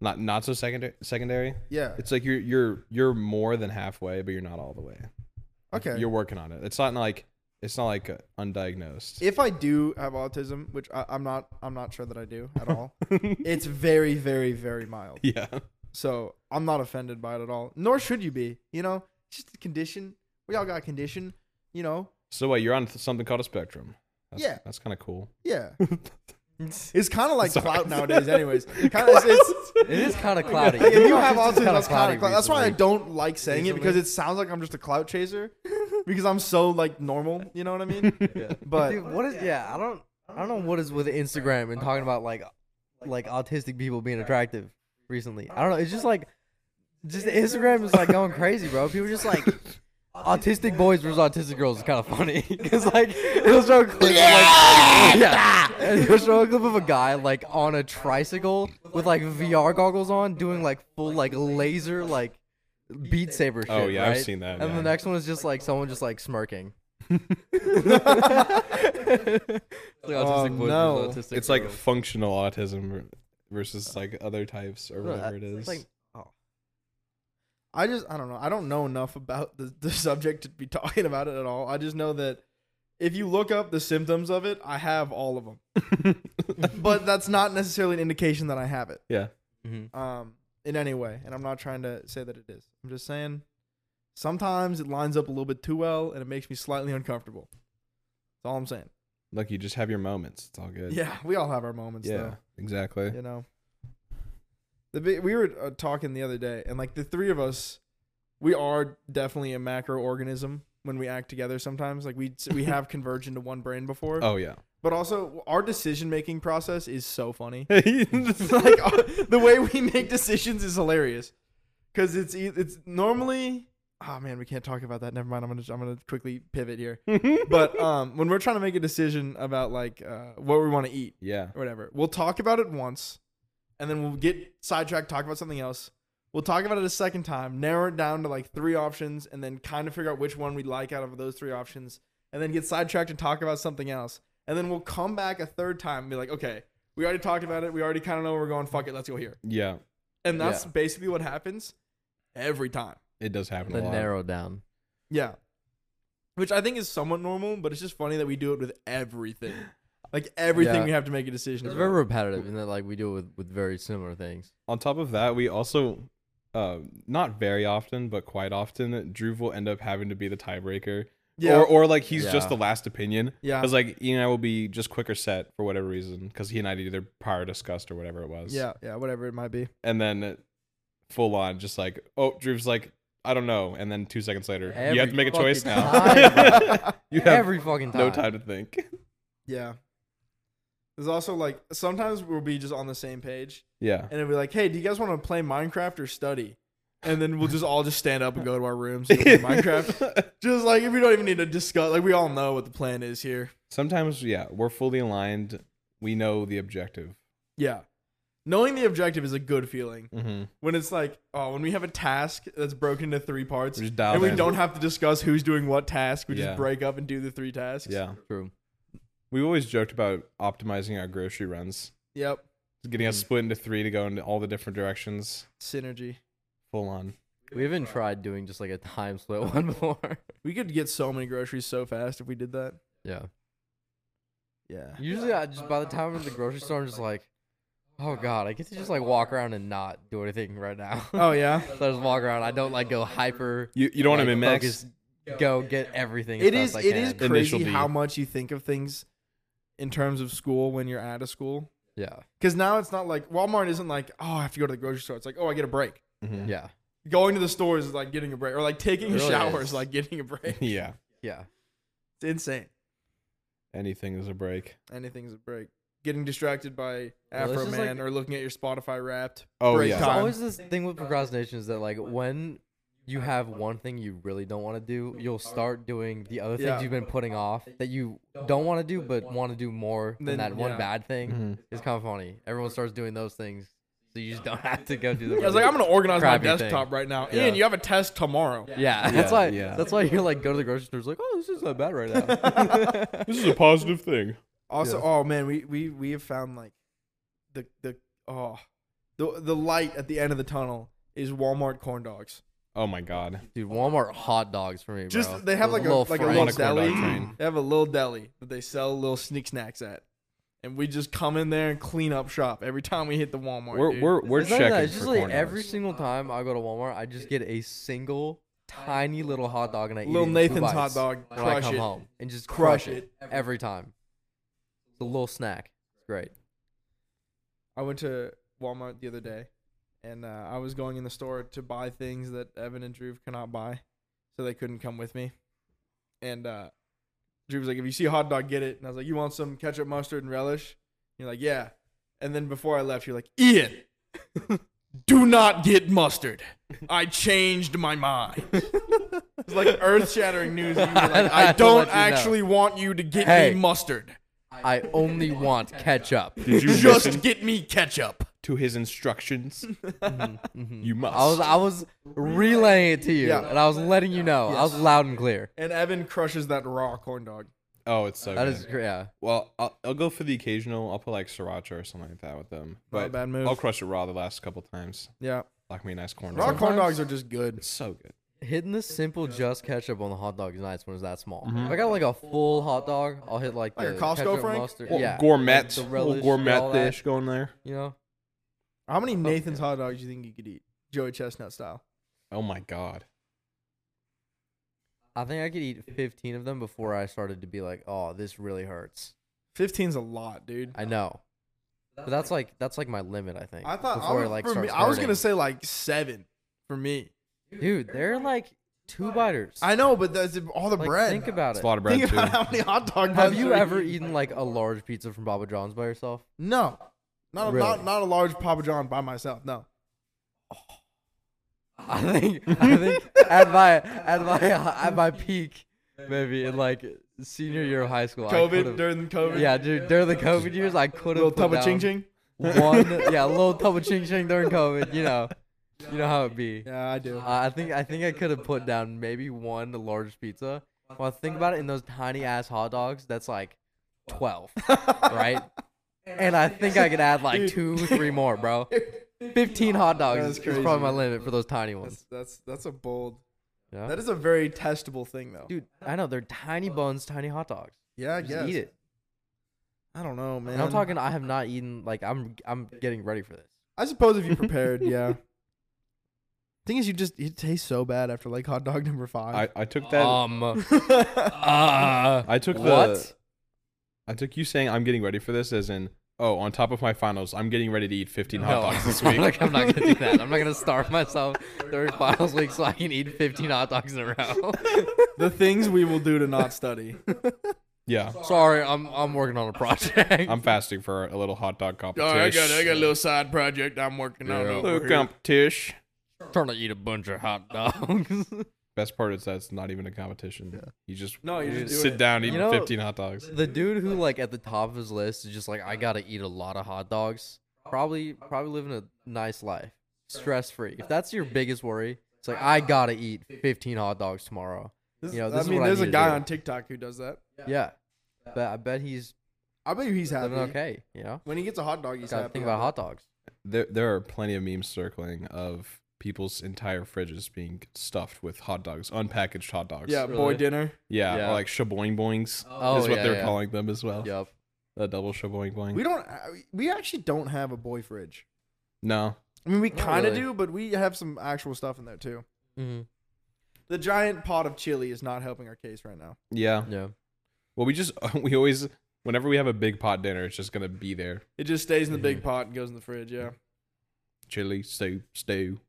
S1: Not not so secondary. Secondary.
S3: Yeah.
S1: It's like you're you're you're more than halfway, but you're not all the way.
S3: Okay.
S1: You're working on it. It's not like it's not like uh, undiagnosed.
S3: if I do have autism, which I, I'm not, I'm not sure that I do at all. it's very, very, very mild.
S1: yeah.
S3: So I'm not offended by it at all. Nor should you be. You know, it's just a condition. We all got a condition. You know.
S1: So wait, you're on th- something called a spectrum. That's,
S3: Yeah.
S1: That's kind of cool.
S3: Yeah. it's kind of like
S1: Sorry.
S3: clout nowadays. Anyways, kind of. It's, it's,
S2: it is kind of cloudy.
S3: like, if you have
S2: It's
S3: autism,
S2: kinda
S3: that's kind
S2: cloudy
S3: of clout. That's why I
S2: recently.
S3: don't like saying it
S2: Recently.
S3: because it sounds like I'm just a clout chaser. because I'm so like normal. You know what I mean? But
S2: Dude, what is? Yeah, I don't. I don't know what is with Instagram and talking about like, like autistic people being attractive recently. I don't know. It's just like, just Instagram is like going crazy, bro. People just like. Autistic boys versus autistic girls is kind of funny because like he'll show a clip, of, like, yeah, and he'll show a clip of a guy like on a tricycle with like VR goggles on, doing like full like laser like Beat Saber shit.
S1: Oh, yeah, I've
S2: right?
S1: seen that,
S2: And
S1: yeah.
S2: the next one is just like someone just like smirking. It's like autistic
S1: Um,
S3: Oh,
S2: boys
S3: no.
S2: versus autistic
S1: It's like
S2: girls.
S1: functional autism ver- versus like other types or
S2: No,
S1: whatever it
S2: that-
S1: is.
S2: it's like-
S3: I just I don't know. I don't know enough about the, the subject to be talking about it at all. I just know that if you look up the symptoms of it, I have all of them. but that's not necessarily an indication that I have it.
S1: Yeah.
S2: Mhm.
S3: Um in any way, and I'm not trying to say that it is. I'm just saying sometimes it lines up a little bit too well and it makes me slightly uncomfortable. That's all I'm saying.
S1: Look, you just have your moments. It's all good.
S3: Yeah, we all have our moments
S1: Yeah.
S3: though.
S1: Exactly.
S3: you know the bi- we were uh, talking the other day and like the three of us we are definitely a macroorganism when we act together sometimes like we we have converged into one brain before
S1: Oh yeah.
S3: but also our decision making process is so funny like uh, the way we make decisions is hilarious cuz it's e- it's normally oh man we can't talk about that never mind i'm going to i'm going to quickly pivot here but um when we're trying to make a decision about like uh, what we want to eat
S1: yeah.
S3: or whatever. We'll talk about it once, and then we'll get sidetracked, talk about something else. We'll talk about it a second time, narrow it down to like three options, and then kind of figure out which one we like out of those three options, and then get sidetracked and talk about something else. And then we'll come back a third time and be like, okay, we already talked about it. We already kind of know where we're going. Fuck it, let's go here.
S1: Yeah.
S3: And that's
S2: Yeah.
S3: basically what happens every time.
S1: It does happen
S2: the
S1: a lot.
S2: narrow down.
S3: Yeah. Which I think is somewhat normal, but it's just funny that we do it with everything. Like everything
S2: Yeah.
S3: we have to make a decision.
S2: It's
S3: about.
S2: very repetitive in that like we do it with, with very similar things.
S1: On top of that, we also uh not very often, but quite often, Drew will end up having to be the tiebreaker.
S3: Yeah.
S1: Or or like he's just
S2: Yeah.
S1: the last opinion.
S3: yeah.
S1: Because like Ian and I will be just quicker set for whatever reason, because he and I did either prior discussed or whatever it was.
S3: Yeah, yeah, whatever it might be.
S1: And then full on, just like, oh, Drew's like, I don't know. And then two seconds later, you have
S2: Every
S1: to make a
S2: fucking
S1: choice now.
S2: time.
S1: you have
S2: Every fucking time.
S1: no time to think.
S3: Yeah. There's also like sometimes we'll be just on the same page
S1: Yeah.
S3: and it'll be like, hey, do you guys want to play Minecraft or study? And then we'll just all just stand up and go to our rooms and play Minecraft. Just like if we don't even need to discuss, like we all know what the plan is here.
S1: Sometimes, yeah, we're fully aligned. We know the objective.
S3: Yeah. Knowing the objective is a good feeling.
S1: Mm-hmm.
S3: When it's like, oh, when we have a task that's broken into three parts
S1: Just dialed
S3: and we
S1: in.
S3: don't have to discuss who's doing what task, we
S1: Yeah.
S3: just break up and do the three tasks.
S1: Yeah.
S2: True.
S1: We've always joked about optimizing our grocery runs.
S3: Yep.
S1: Getting us split into three to go into all the different directions.
S3: Synergy.
S1: Full on.
S2: We haven't tried doing just like a time split one before.
S3: We could get so many groceries so fast if we did that.
S2: Yeah.
S3: Yeah.
S2: Usually, I just by the time I'm in the grocery store, I'm just like, oh god, I get to just like walk around and not do anything right now.
S3: Oh yeah.
S2: so I just walk around. I don't like go hyper.
S1: You you don't want to
S2: like,
S1: mimic.
S2: focus, Go get everything. as
S3: It
S2: fast
S3: is.
S2: as I
S3: It is
S2: can.
S1: Initial
S3: crazy
S1: D.
S3: how much you think of things in terms of school when you're out of school.
S2: Yeah.
S3: Because now it's not like Walmart isn't like oh I have to go to the grocery store. It's like oh I get a break.
S1: Mhm.
S2: Yeah.
S3: Going to the stores is like getting a break, or like taking
S2: It
S3: a
S2: really
S3: shower
S2: is.
S3: is like getting a break. It's
S1: Yeah.
S2: Yeah.
S3: insane.
S1: Anything is a break.
S3: Anything's a break. Getting distracted by
S2: Yeah, let's
S3: Afro
S2: just,
S3: Man
S2: like-
S3: or looking at your Spotify Wrapped.
S1: Oh
S3: break
S1: yeah.
S2: It's
S3: time.
S2: always this thing with procrastination is that like when you have one thing you really don't want to do, you'll start doing the other things
S3: Yeah.
S2: you've been putting off that you don't want to do but want to do more than
S3: Then-
S2: that one
S3: yeah.
S2: bad thing.
S1: Mhm.
S2: It's kind of funny. Everyone starts doing those things, so you just don't have to go do the.
S3: I was like, I'm gonna organize my
S2: Crappy thing.
S3: desktop right now.
S2: Yeah.
S3: Ian, you have a test tomorrow.
S2: Yeah,
S1: Yeah,
S2: that's why.
S1: yeah.
S2: That's why you're like go to the grocery store. It's like, oh, this is not bad right now.
S1: This is a positive thing.
S3: Also, oh man, we we we have found like the the oh the the light at the end of the tunnel is Walmart corn dogs.
S1: Oh my god.
S2: Dude, Walmart hot dogs for me, bro.
S3: Just they have
S2: Those
S3: like a
S2: little
S3: like a
S1: fries.
S3: little
S1: On a corn dog
S3: deli.
S1: train.
S3: They have a little deli that they sell little sneak snacks at, and we just come in there and clean up shop every time we hit the Walmart.
S1: We're
S3: dude.
S1: we're we're
S2: It's not even
S1: checking
S2: that, It's
S1: for
S2: just like
S1: corn dogs.
S2: every single time I go to Walmart, I just get a single tiny little hot dog and I eat it
S3: little
S2: in two
S3: Nathan's
S2: bites
S3: hot dog.
S2: when I
S3: Crush
S2: come
S3: it.
S2: home and just
S3: Crush
S2: crush, it, every time. It's a little snack. It's great.
S3: I went to Walmart the other day, and uh, I was going in the store to buy things that Evan and Drew cannot buy, so they couldn't come with me. And uh, Drew was like, "If you see a hot dog, get it." And I was like, "You want some ketchup, mustard, and relish?" And you're like, "Yeah." And then before I left, you're like, "Ian, do not get mustard. I changed my mind." it's like earth-shattering news. And you were like,
S2: I
S3: "I
S2: will let
S3: don't
S2: you know."
S3: actually want you to get
S2: Hey.
S3: me mustard.
S2: I only want ketchup.
S1: Did you listen
S3: Just get me ketchup."
S1: to his instructions?
S3: Mm-hmm,
S2: Mhm.
S1: You must.
S2: I was I was relaying it to you,
S3: Yeah.
S2: and I was letting you know. I was loud and clear.
S3: And Evan crushes that raw corn dog.
S1: oh, it's so
S2: That
S1: good.
S2: is cr- yeah.
S1: Well, I'll, I'll go for the occasional. I'll put like sriracha or something like that with them.
S3: Not a
S1: But
S3: bad move.
S1: I'll crush it raw the last couple times.
S3: Yeah.
S1: Like me a nice corn
S3: Raw
S1: dog.
S3: corn dogs are just good.
S1: It's so good.
S2: Hitting the simple just ketchup on the hot dog is nice when it's that small.
S1: Mm-hmm.
S2: If I got like a full hot dog, I'll hit like,
S3: Like a
S2: the
S3: Costco,
S2: ketchup,
S3: Frank?
S2: mustard.
S1: Well,
S2: yeah,
S1: gourmet,
S2: the
S1: little
S2: relish, all
S1: gourmet
S2: that.
S1: dish going there.
S2: you know.
S3: How many Nathan's
S2: yeah.
S3: hot dogs do you think you could eat? Joey Chestnut style.
S1: Oh my god.
S2: I think I could eat 15 of them before I started to be like, oh, this really hurts.
S3: 15's a lot, dude.
S2: I know. But that's like that's like my limit, I think.
S3: I thought I
S2: before
S3: was,
S2: it, like
S3: for me,
S2: starts
S3: I was gonna
S2: hurting.
S3: say like seven for me.
S2: dude, they're like two biters.
S3: I know, but that's all the
S2: like,
S3: bread.
S2: Think about
S1: It's
S2: it.
S1: a lot of bread
S3: Think
S1: too.
S3: about how many hot dog buns
S2: Have you
S3: are
S2: ever
S3: eating.
S2: eaten like a large pizza from Baba John's by yourself?
S3: No, not a,
S2: Really?
S3: not not a large Papa John by myself. No,
S2: I think I think at my at my at my peak, maybe in like senior year of high school. I
S3: COVID
S2: could've-
S3: during COVID.
S2: Yeah, dude. During the COVID years, I could have
S3: little tub of ching ching.
S2: One, yeah, a little tub of ching ching during COVID. You know, you know how it be.
S3: Yeah, I do.
S2: Uh, I think I think I could have put down maybe one large pizza. Well, think about it in those tiny ass hot dogs. That's like twelve, right? And I think I could add like two, three more, bro. Fifteen hot dogs
S3: That's
S2: is
S3: crazy.
S2: probably my limit for those tiny ones.
S3: That's that's that's a bold.
S2: Yeah.
S3: That is a very testable thing, though.
S2: Dude, I know they're tiny buns, tiny hot dogs.
S3: yeah, I
S2: Just
S3: guess.
S2: eat it.
S3: I don't know, man.
S2: And I'm talking. I have not eaten. Like I'm. I'm getting ready for this.
S3: I suppose if you prepared, yeah. Thing is, you just it tastes so bad after like hot dog number
S1: I,
S3: five.
S1: I took that.
S3: Oh.
S2: Um. uh,
S1: I took the.
S2: what?
S1: I took you saying I'm getting ready for this as in oh on top of my finals I'm getting ready to eat 15
S2: No,
S1: hot dogs this
S2: I'm
S1: week.
S2: not- I'm not gonna do that. I'm not gonna starve myself during finals week so I can eat 15 hot dogs in a row.
S3: the things we will do to not study.
S1: yeah,
S2: Sorry, I'm I'm working on a project.
S1: I'm fasting for a little hot dog competition.
S3: little side project I'm working
S2: on over
S1: Little competition.
S2: trying to eat a bunch of hot dogs.
S1: Best part is that's not even a competition. You just
S3: No, you're just
S1: sit
S3: doing it.
S1: down eating
S2: You know-
S1: 15 hot dogs.
S2: the dude who like at the top of his list is just like I gotta eat a lot of hot dogs. Probably probably living a nice life, stress free. If that's your biggest worry, it's like I gotta eat 15 hot dogs tomorrow. You know, this
S3: I
S2: is
S3: mean,
S2: what I
S3: there's a
S2: need to
S3: guy
S2: do.
S3: on TikTok who does that.
S2: Yeah, but I bet he's
S3: I bet you he's happy.
S2: Living okay, you know.
S3: When he gets a hot dog, he's
S2: Gotta
S3: happy.
S2: think about hot dogs.
S1: There, there are plenty of memes circling of people's entire fridges being stuffed with hot dogs, unpackaged hot dogs.
S3: Yeah, boy
S2: Really?
S3: dinner.
S1: yeah,
S2: Yeah.
S1: Or like shaboing boings
S2: Oh,
S1: is what
S2: yeah,
S1: they're
S2: yeah.
S1: calling them as well.
S2: Yup.
S1: A double shaboing boing.
S3: We don't. I- We actually don't have a boy fridge.
S1: no,
S3: I mean, we
S2: Not
S3: kind of
S2: really.
S3: do, but we have some actual stuff in there too.
S2: Mm-hmm.
S3: The giant pot of chili is not helping our case right now.
S1: yeah.
S2: Yeah.
S1: Well, we just we always whenever we have a big pot dinner, it's just gonna be there.
S3: It just stays in the big
S2: Mhm.
S3: pot and goes in the fridge. Yeah.
S1: Chili, soup, stew.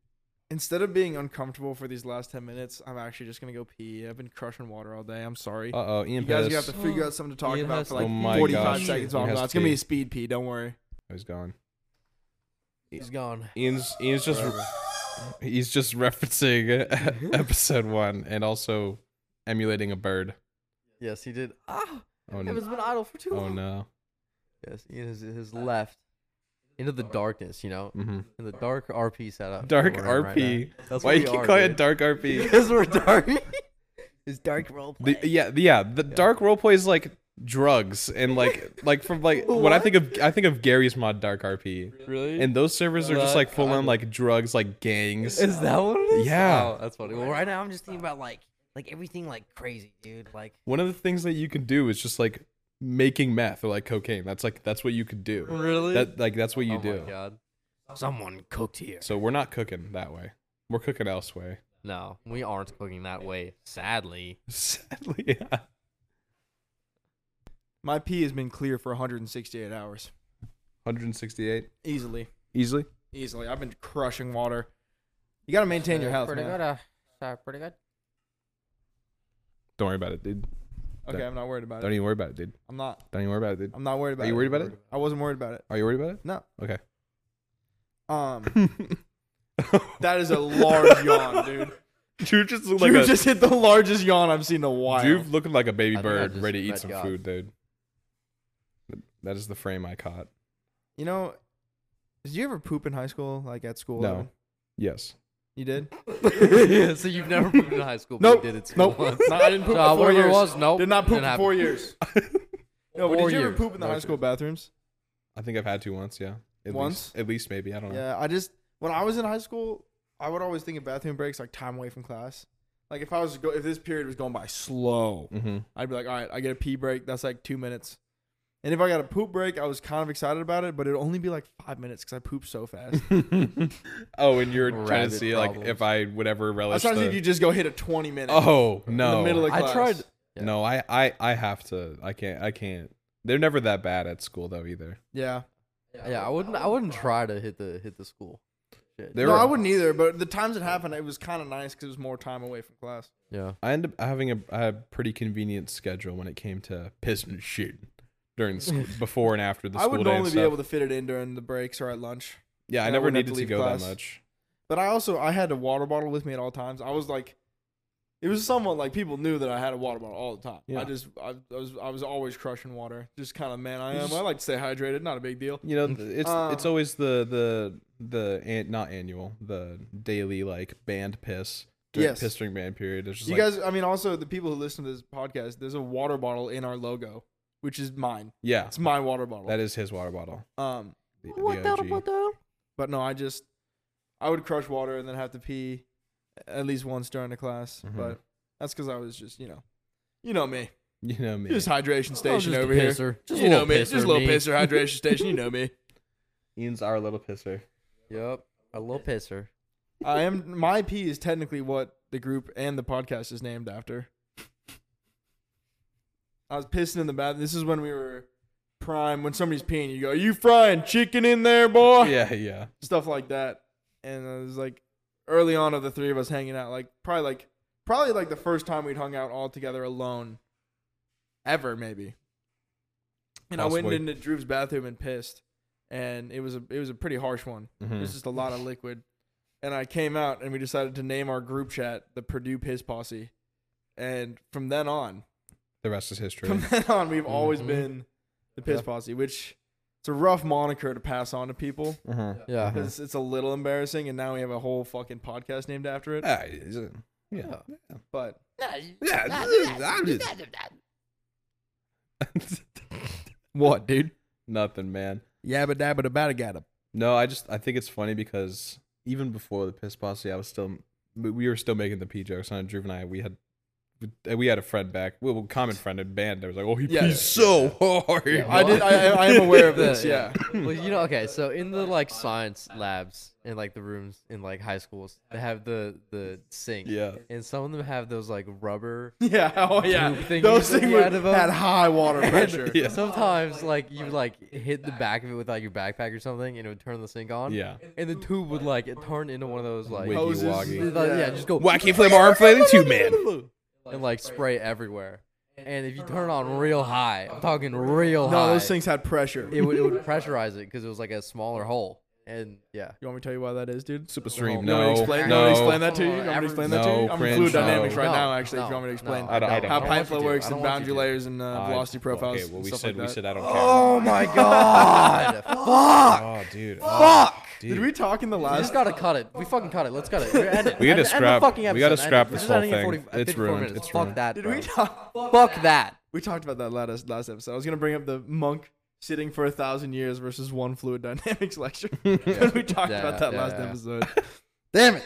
S3: Instead of being uncomfortable for these last ten minutes, I'm actually just gonna go pee. I've been crushing water all day. I'm sorry.
S1: Uh oh, Ian
S3: you guys are gonna
S1: Pettis.
S3: have to figure out something to talk
S2: Ian
S3: about
S2: has
S3: for
S1: to
S3: like
S1: Oh my
S3: 45
S1: gosh.
S3: seconds.
S1: Ian
S3: Off.
S1: has
S3: It's
S1: to
S3: gonna be
S1: pee.
S3: a speed pee. Don't worry.
S1: Oh, he's gone.
S2: He's gone.
S1: Ian's Ian's just he's just referencing
S2: Mm-hmm.
S1: uh, episode one and also emulating a bird.
S2: Yes, he did. Ah,
S1: Oh
S2: it
S1: no!
S2: has been idle for too
S1: Oh
S2: long.
S1: no!
S2: Yes, he has, has left into
S3: Oh.
S2: the darkness. You know,
S1: hmm
S2: in the dark RP setup.
S1: Dark
S2: that we're in right now.
S1: RP.
S2: That's
S1: Why
S2: what
S1: you
S2: we
S1: keep
S2: are,
S1: calling it
S2: dude.
S1: dark RP?
S2: Because we're dark. it's dark role
S1: the, yeah, the- yeah. The dark roleplay is like drugs and like like from like when I think of I think of Gary's mod dark RP
S2: Really?
S1: and those servers are just
S2: Uh,
S1: like full on
S2: kinda.
S1: like drugs like gangs.
S2: is that what it is?
S1: Yeah.
S2: Oh, that's funny.
S4: Well,
S2: Well, right.
S4: right now I'm just thinking about like like everything like crazy, dude. Like
S1: One of the things that you can do is just like making meth or like cocaine. That's like that's what you could do.
S2: Really?
S1: That like that's what you
S2: oh
S1: do.
S2: my god.
S4: someone cooked here.
S1: So we're not cooking that way. We're cooking elsewhere.
S2: No, we aren't cooking that way. Sadly.
S1: Sadly, yeah.
S3: My pee has been clear for 168 hours.
S1: 168
S3: Easily.
S1: easily.
S3: Easily. I've been crushing water. You gotta maintain your health,
S4: Pretty
S3: man.
S4: good. Uh, so pretty good.
S1: Don't worry about it, dude.
S3: Okay, I'm not worried about
S1: Don't
S3: it.
S1: even worry about it, dude.
S3: I'm not.
S1: Don't even worry about it, dude.
S3: I'm not worried about
S1: Are
S3: it.
S1: you worried about it?
S3: I wasn't worried about it.
S1: Are you worried about it?
S3: No.
S1: Okay.
S3: Um, that is a large yawn, dude.
S1: Oh Drew just looked
S3: Like
S1: like
S3: you
S1: a
S3: just hit the largest yawn I've seen in a while.
S1: Drew looking like a baby
S2: I think I
S1: bird
S2: just
S1: ready to eat
S2: read
S1: some
S2: God.
S1: food, dude. That is the frame I caught.
S3: You know, did you ever poop in high school? Like at school?
S1: No.
S3: Evan?
S1: Yes.
S3: You did?
S2: yeah, uh, so you've never pooped in high school, but
S3: Nope.
S2: you did it
S3: Nope.
S2: once.
S3: No, I didn't poop
S2: So,
S3: for four
S2: whatever
S3: years.
S2: it was, nope.
S3: Did not poop
S2: didn't
S3: for
S2: happen.
S3: four years. No, but
S2: Four
S3: did you ever
S2: years.
S3: poop in the
S1: No,
S3: high
S1: it's
S3: school bathrooms?
S1: I think I've had to once, yeah. At
S3: Once?
S1: Least, at least maybe. I don't know.
S3: Yeah, I just when I was in high school, I would always think of bathroom breaks like time away from class. Like if I was to go, if this period was going by slow,
S1: Mm-hmm.
S3: I'd be like, all right, I get a pee break. That's like two minutes. And if I got a poop break, I was kind of excited about it, but it'd only be like five minutes because I pooped so fast.
S1: oh, and you're trying to
S2: Rabbit
S1: see like
S2: problems.
S1: if I would ever
S3: I was
S1: relish.
S3: trying to see
S1: the-
S3: if you just go hit a twenty minute.
S1: oh
S3: in
S1: no!
S3: the middle of class.
S2: I tried. Yeah.
S1: No, I, I I have to. I can't. I can't. They're never that bad at school though either.
S3: Yeah,
S2: Yeah, I wouldn't. I wouldn't try to hit the hit the school. Shit.
S1: They
S3: no,
S1: were-
S3: I wouldn't either. But the times it happened, it was kind of nice because it was more time away from class.
S2: Yeah.
S1: I end up having a, a pretty convenient schedule when it came to pissing and shooting during school, before and after the
S3: I
S1: school
S3: would
S1: day and
S3: normally be
S1: stuff.
S3: able to fit it in during the breaks or at lunch.
S1: yeah, I
S3: yeah,
S1: never
S3: wouldn't have
S1: needed
S3: to
S1: to, go
S3: leave class.
S1: that much.
S3: But I also I had a water bottle with me at all times. I was like, it was somewhat like people knew that I had a water bottle all the time.
S1: Yeah.
S3: I just I, I was I was always crushing water. Just kind of man I
S1: It's
S3: am. I like to stay hydrated. Not a big deal.
S1: You know, th- it's it's
S3: Um,
S1: always the the the an, not annual the daily like band piss during,
S3: Yes.
S1: piss during band period. It's just
S3: you
S1: like,
S3: guys, I mean, also the people who listen to this podcast, there's a water bottle in our logo, which is mine.
S1: yeah,
S3: It's my water bottle.
S1: that is his water bottle.
S3: um,
S1: The,
S4: What
S1: the
S4: the
S1: OG.
S4: what the?
S3: but no, I just I would crush water and then have to pee at least once during the class.
S2: Mm-hmm.
S1: Mhm.
S3: But that's because I was just you know, you know me,
S1: You know me.
S3: just hydration
S2: I was
S3: station
S2: just a
S3: over here.
S2: pisser. Just a
S3: you know
S2: little
S3: me,
S2: pisser.
S3: just a little
S2: me.
S3: pisser hydration station. You know me.
S1: Ian's our little pisser.
S2: Yep. A little pisser.
S3: I am. My pee is technically what the group and the podcast is named after. I was pissing in the bathroom. This is when we were prime. When somebody's peeing, you go, "Are you frying chicken in there, boy?"
S1: Yeah, yeah.
S3: Stuff like that. And it was like early on of the three of us hanging out, like probably like probably like the first time we'd hung out all together alone, ever maybe. And I
S1: Possibly.
S3: went into Drew's bathroom and pissed, and it was a it was a pretty harsh one.
S1: Mhm.
S3: There's just a lot of liquid. And I came out and we decided to name our group chat the Purdue Piss Posse. And from then on,
S1: The rest is history.
S3: from then on, we've always
S2: Mhm.
S3: been the Piss Posse, which it's a rough moniker to pass on to people
S1: Uh-huh.
S2: Yeah.
S1: Mhm.
S3: because it's a little embarrassing. And now we have a whole fucking podcast named after it.
S1: Ah, is it- yeah.
S3: But
S1: Yeah. I'm just-
S3: What, dude?
S1: Nothing, man.
S3: Yabba dabba dabba dabba.
S1: No, I just I think it's funny because even before the piss posse, I was still we- we were still making the pee jokes. And Drew and I, we had we had a friend back, well, a common friend and band. that was like, oh, he
S3: Yeah,
S1: pees
S3: yeah,
S1: so hard.
S3: I did. I, I, I am aware of this.
S2: Yeah.
S3: Yeah.
S2: well, you know, okay, so in the like science labs and like the rooms in like high schools, they have the the sink.
S1: Yeah.
S2: And some of them have those like rubber.
S3: Yeah. Oh yeah.
S2: Tube thing
S3: Those
S2: you
S3: things
S2: get
S3: were-
S2: out of 'em.
S3: had high water pressure.
S1: Yeah.
S2: Sometimes like you like hit the back of it with like your backpack or something, and it would turn the sink on.
S1: Yeah.
S2: And the tube would like it turn into one of those like
S1: Wiggy
S3: Hoses.
S1: woggy.
S2: Like, yeah. just go
S1: Wacky flip arm flailing two man.
S2: and like spray everywhere. And if you turn it on real high, I'm talking real high.
S3: No, those things had pressure.
S2: It would, it would pressurize it because it was like a smaller hole. And yeah,
S3: You want me to tell you why that is, dude?
S1: Super stream.
S3: You want
S1: No,
S3: me to explain, you
S1: no.
S3: want me to explain that to you? You want me to
S2: Every-
S3: explain that to you?
S1: No,
S3: I'm in
S1: cringe,
S3: fluid dynamics
S1: no.
S3: right now,
S2: No,
S3: actually, if you want me to explain
S2: no,
S1: I don't- I don't
S3: how
S1: know.
S3: pipe flow
S2: I don't
S3: works and
S2: want you
S3: boundary
S2: to.
S3: layers and uh,
S1: I-
S3: velocity profiles.
S1: Okay, well,
S3: and
S1: we
S3: stuff
S1: said
S3: like
S1: we
S3: that.
S1: said I don't
S3: Oh
S1: care.
S2: my god! Fuck!
S1: Oh, dude. Fuck.
S3: Did we talk in the
S2: We
S3: last?
S2: just gotta cut it. We fucking cut it. Let's cut it. We're end it.
S1: We
S2: End- end
S1: gotta
S2: the
S1: scrap-
S2: fucking
S1: we
S2: episode.
S1: gotta
S2: End
S1: scrap
S2: it.
S1: this
S2: We're just
S1: whole
S2: ending in
S1: thing.
S2: 40
S1: It's
S2: 54
S1: ruined.
S2: minutes.
S1: It's
S2: Fuck
S1: ruined.
S2: that.
S3: Did
S2: bro.
S3: we talk?
S2: Fuck that.
S3: We talked about that last last episode. I was gonna bring up the monk sitting for a thousand years versus one fluid dynamics lecture. we talked
S2: Yeah,
S3: about that last
S2: yeah.
S3: episode. Damn it!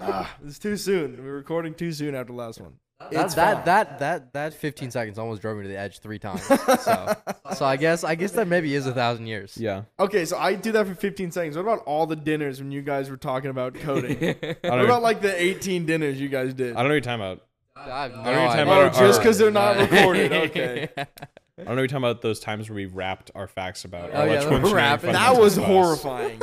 S3: Ah, it's too soon. We're recording too soon after the last one.
S2: That, that that that that 15 seconds almost drove me to the edge three times. So so I guess I guess that maybe is a thousand years.
S1: Yeah.
S3: Okay, so I do that for 15 seconds. What about all the dinners when you guys were talking about coding? what
S1: I don't,
S3: about
S1: know,
S3: like the 18 dinners you guys did?
S1: I don't know your timeout.
S2: I have no
S1: don't even time
S2: idea.
S1: out
S3: Oh, just
S1: our-
S3: because they're not recorded. Okay.
S2: Oh,
S1: I don't know what you're talking about those times where we rapped our facts about.
S2: Oh, yeah, the rap.
S3: That was horrifying.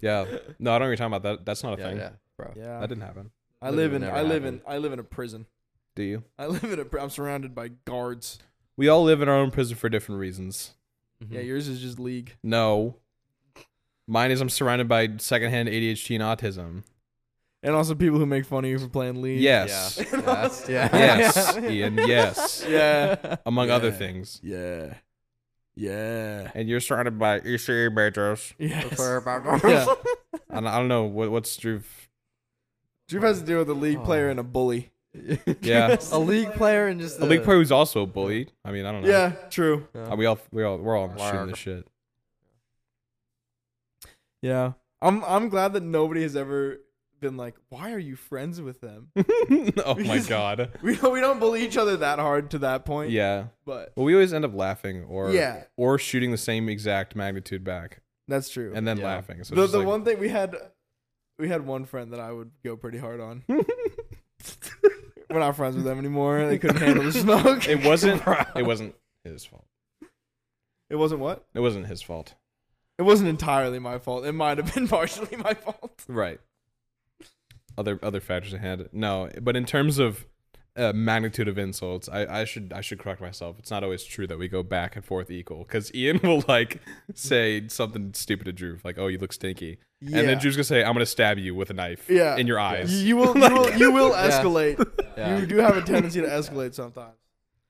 S1: Yeah. No, I don't know what you're talking about. That that's not a
S2: Yeah,
S1: thing.
S2: yeah, bro.
S3: Yeah.
S1: That didn't happen.
S3: I live in
S2: Never
S3: I live
S2: happened.
S3: in I live in a prison.
S1: Do you?
S3: I live in a pri- I'm surrounded by guards.
S1: We all live in our own prison for different reasons.
S2: Mm-hmm.
S3: Yeah, yours is just league.
S1: No. Mine is I'm surrounded by secondhand ADHD and autism.
S3: And also people who make fun of you for playing league.
S1: Yes.
S2: Yes. Yeah.
S1: Yes. Ian, yes.
S3: Yeah.
S1: Among other
S3: Yeah.
S1: things.
S3: Yeah. Yeah.
S1: And you're surrounded by ECA majors.
S3: Yes.
S7: Yeah.
S3: yeah.
S1: And I don't know what what's Drew.
S3: Drew has to deal with a league player and a bully.
S1: Yeah.
S2: A league player and just
S1: A league player who's also bullied. I mean, I don't know.
S3: Uh, Yeah, true.
S1: Uh, We all we all we're all shooting
S7: Word.
S1: this shit.
S3: Yeah. I'm I'm glad that nobody has ever been like, why are you friends with them?
S1: oh my god.
S3: We don't we don't bully each other that hard to that point.
S1: Yeah.
S3: But
S1: Well, we always end up laughing or
S3: Yeah.
S1: or shooting the same exact magnitude back
S3: that's true.
S1: and then
S2: Yeah.
S1: laughing. So
S3: the
S1: it's just
S3: the
S1: like-
S3: one thing we had we had one friend that I would go pretty hard on. We're not friends with them anymore. They couldn't handle the smoke.
S1: it wasn't it wasn't his fault.
S3: It wasn't what?
S1: It wasn't his fault.
S3: It wasn't entirely my fault. It might have been partially my fault.
S1: Right. Other other factors at hand. No, but in terms of uh, magnitude of insults, I, I should I should correct myself. It's not always true that we go back and forth equal because Ian will like say something stupid to Drew, like "Oh, you look stinky,"
S3: Yeah.
S1: and then Drew's gonna say, "I'm gonna stab you with a knife
S3: Yeah.
S1: in your
S3: You-
S1: eyes."
S3: you will you will, you will escalate.
S2: Yeah.
S3: You do have a tendency to escalate sometimes.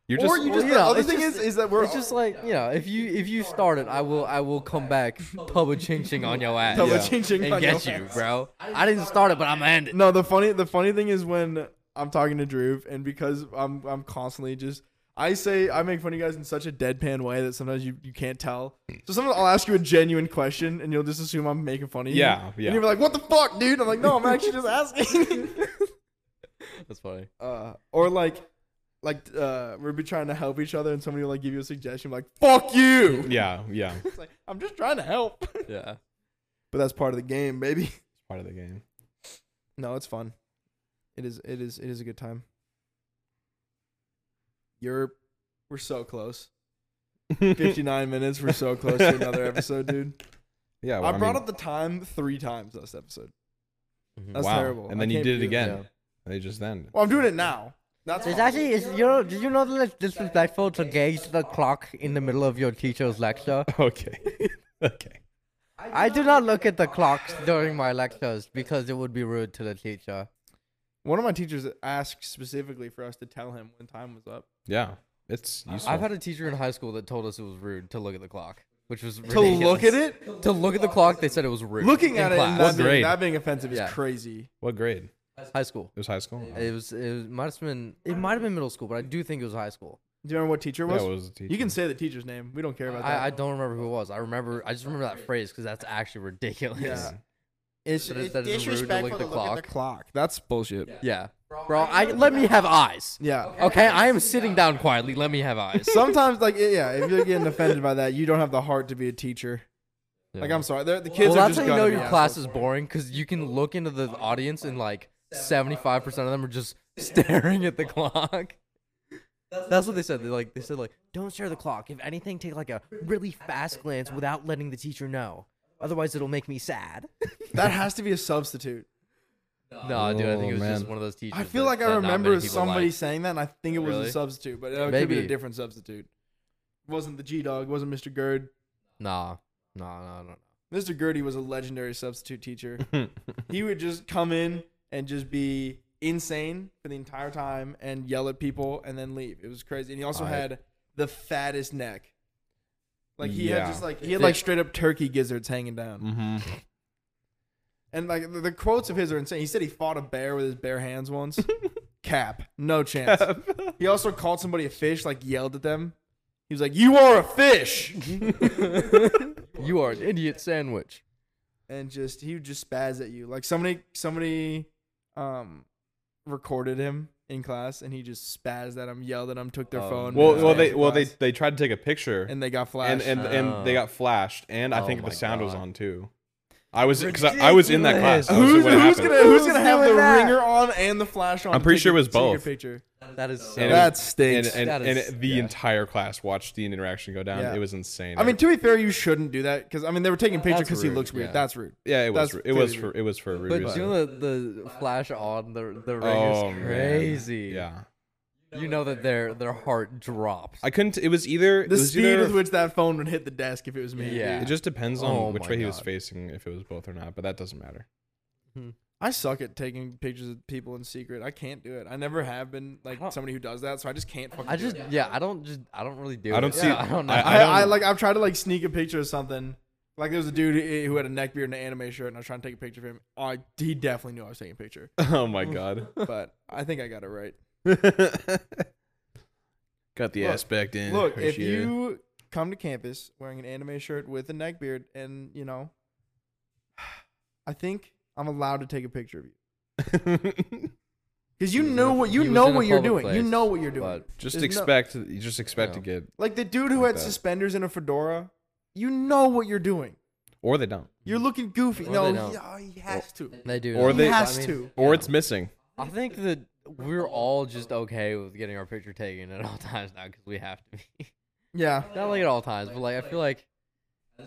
S1: You're
S3: or
S1: just
S3: you just
S2: Well,
S3: the
S2: yeah,
S3: other
S2: it's
S3: thing
S2: just-
S3: is is that we're
S2: It's just like you know, if you if you start it, I will I will come back, tubba ching ching on your ass,
S3: Tubba
S1: Yeah.
S3: ching ching
S2: and
S3: on
S2: get
S3: your
S2: you,
S3: ass.
S2: bro. I didn't start it, but I'm ending.
S3: No, the funny the funny thing is when I'm talking to Drew and because I'm I'm constantly just I say I make fun of you guys in such a deadpan way that sometimes you, you can't tell. So sometimes I'll ask you a genuine question and you'll just assume I'm making fun of you.
S1: Yeah, yeah.
S3: And you're like, "What the fuck, dude?" I'm like, "No, I'm actually just asking."
S2: That's funny.
S3: uh, or like like uh, we'll be trying to help each other and somebody will like give you a suggestion like, "Fuck you."
S1: yeah, yeah. It's
S3: It's like, I'm just trying to help.
S2: Yeah.
S3: but that's part of the game, baby.
S1: part of the game.
S3: No, it's fun. It is. It is. It is a good time. You're. We're so close. Fifty nine minutes. We're so close to another episode, dude.
S1: Yeah, Oh,
S3: I brought
S1: mean, Mm-hmm.
S3: up the time three times last episode.
S2: Mhm.
S3: That's
S1: wow.
S3: terrible.
S1: And
S3: I
S1: then you
S3: can't
S1: did it
S3: do
S1: again.
S2: Yeah.
S1: And They just then.
S3: Well, I'm doing it now. That's
S7: It's
S3: fine.
S7: actually, it's, you know, did you know that it's disrespectful to gauge the clock in the middle of your teacher's lecture?
S1: Okay. okay.
S7: I do not look at the clocks during my lectures because it would be rude to the teacher.
S3: one of my teachers asked specifically for us to tell him when time was up.
S1: Yeah. It's useful.
S2: I've had a teacher in high school that told us it was rude to look at the clock, which was
S3: To look at it,
S2: to look at the clock. They said it was rude.
S3: looking
S2: in
S3: at it, and
S2: class.
S3: that
S1: What
S3: being,
S1: grade?
S3: that being offensive
S2: Yeah.
S3: is crazy.
S1: what grade? It
S2: high school.
S1: was high school.
S2: It was it was, might have been it might have been middle school, but I do think it was high school.
S3: Do you remember what teacher it
S1: That
S3: was?
S1: was a teacher.
S3: You can say the teacher's name. We don't care about that.
S2: I, I don't remember who it was. I remember. I just remember that phrase because that's actually ridiculous.
S3: Yeah.
S2: It's, that that is rude to look at the clock.
S3: clock. That's bullshit. Yeah.
S2: yeah, bro. I let me have eyes. Okay, I am sitting down quietly. Let me have eyes.
S3: Sometimes, like, yeah, if you're getting offended by that, you don't have the heart to be a teacher. Like,
S2: Yeah.
S3: I'm sorry. They're- The kids
S2: well,
S3: are
S2: that's
S3: just
S2: how you
S3: gonna
S2: know
S3: be
S2: your class
S3: assholes.
S2: is boring because you can look into the audience and like seventy-five percent of them are just staring at the clock. That's what they said. They like they said like don't stare at the clock. If anything, take like a really fast glance without letting the teacher know. Otherwise, it'll make me sad.
S3: That has to be a substitute.
S2: No, dude, I think it was just
S1: Oh, man.
S2: one of those teachers.
S3: I feel
S2: that-
S3: like
S2: that
S3: I
S2: not
S3: remember
S2: many people
S3: somebody
S2: liked.
S3: saying that, and I think it was
S2: Really?
S3: a substitute, but it could be
S2: Maybe.
S3: a different substitute. It wasn't the G Dog. Wasn't Mr. Gerd.
S2: Nah, nah, nah, nah.
S3: Mr. Gertie was a legendary substitute teacher.
S2: Mm-hmm.
S3: he would just come in and just be insane for the entire time and yell at people and then leave. It was crazy. And he also
S1: I-
S3: had the fattest neck. Like he had
S1: Yeah.
S3: just like he had
S2: They-
S3: like straight up turkey gizzards hanging down.
S1: hmm
S3: And like the, the quotes of his are insane. He said he fought a bear with his bare hands once. Cap. No chance. He also called somebody a fish, like yelled at them. He was like, "You are a fish."
S2: You are an idiot sandwich.
S3: and just he would just spaz at you. Like somebody somebody um recorded him in class and he just spazzed at him, yelled at him, took their
S2: Oh,
S3: phone.
S1: Well,
S3: and
S1: well,
S3: spazzed
S1: they well they
S3: class,
S1: they tried to take a picture and
S3: and they got
S1: and
S3: flashed.
S1: and,
S2: Oh.
S1: they got flashed and I
S2: Oh
S1: think
S2: my
S1: the sound was
S2: God.
S1: on too. I was because I, I was in that class. I was
S3: who's,
S1: when it
S3: who's
S1: happened.
S3: gonna who's
S8: Who's
S3: gonna have the
S8: doing that?
S3: ringer on and the flash on?
S1: I'm
S3: to
S1: pretty
S3: take
S1: sure it
S3: your-
S1: was
S3: take your
S1: both.
S3: Picture.
S2: That is so.
S1: And it
S3: that
S1: and,
S3: stinks.
S1: and,
S2: That
S1: and
S2: is-
S1: the
S2: yeah.
S1: entire class watched the interaction go down.
S3: Yeah.
S1: It was insane.
S3: I mean, to be fair, you shouldn't do that because I mean they were taking pictures
S2: That's
S3: because he
S2: rude,
S3: looks weird.
S2: yeah.
S3: That's rude.
S1: yeah, it was
S3: that's
S1: it was
S3: crazy.
S1: for it was for a rude
S2: But
S1: reason.
S2: you know the, the flash on the the ring
S1: oh
S2: is
S1: man.
S2: crazy.
S1: Yeah,
S2: You know that their their heart drops.
S1: I couldn't. It was either
S3: The
S1: it was
S3: speed
S1: either,
S3: with which that phone would hit the desk if it was me.
S2: Yeah.
S1: It just depends on
S2: Oh
S1: which
S2: my
S1: way he was
S2: God.
S1: facing, if it was both or not. But that doesn't matter.
S3: I suck at taking pictures of people in secret. I can't do it. I never have been
S2: I
S3: like
S2: don't-
S3: somebody who does that, so I just can't fucking.
S2: I
S3: do
S2: just
S3: it.
S2: yeah, I don't just I don't really do.
S1: I don't
S2: it.
S1: see-
S2: Yeah, I don't know.
S1: I-
S3: I, I
S1: don't-
S3: like I've tried to like sneak a picture of something. Like there was a dude who who had a neck beard and an anime shirt, and I was trying to take a picture of him. I he definitely knew I was taking a picture,
S1: Oh my god.
S3: but I think I got it right.
S1: Got the
S3: Look,
S1: aspect in.
S3: Look, if
S1: appreciate it.
S3: you come to campus wearing an anime shirt with a neck beard, and you know, I think I'm allowed to take a picture of you because
S2: He was
S3: you
S2: in
S3: know
S2: a-
S3: what
S2: he
S3: you
S2: was
S3: know
S2: in a
S3: what you're doing.
S2: public
S3: You
S2: place,
S3: know what you're doing.
S2: but-
S1: just
S3: There's no-
S1: expect you just expect to
S2: No.
S1: get
S3: like the dude who
S1: Like
S3: had
S1: that.
S3: suspenders and a fedora, you know what you're doing.
S1: or they don't.
S3: You're looking goofy.
S2: Or
S3: no,
S2: Mm-hmm. they
S3: he,
S2: don't.
S3: oh, he has to.
S2: They do.
S1: Or
S2: know,
S1: they-
S2: but I
S3: has
S2: mean,
S3: to.
S1: Or
S2: yeah.
S1: it's missing.
S2: I think that we're all just okay with getting our picture taken at all times now because we have to be.
S3: Yeah.
S2: Not like at all times, but like I feel like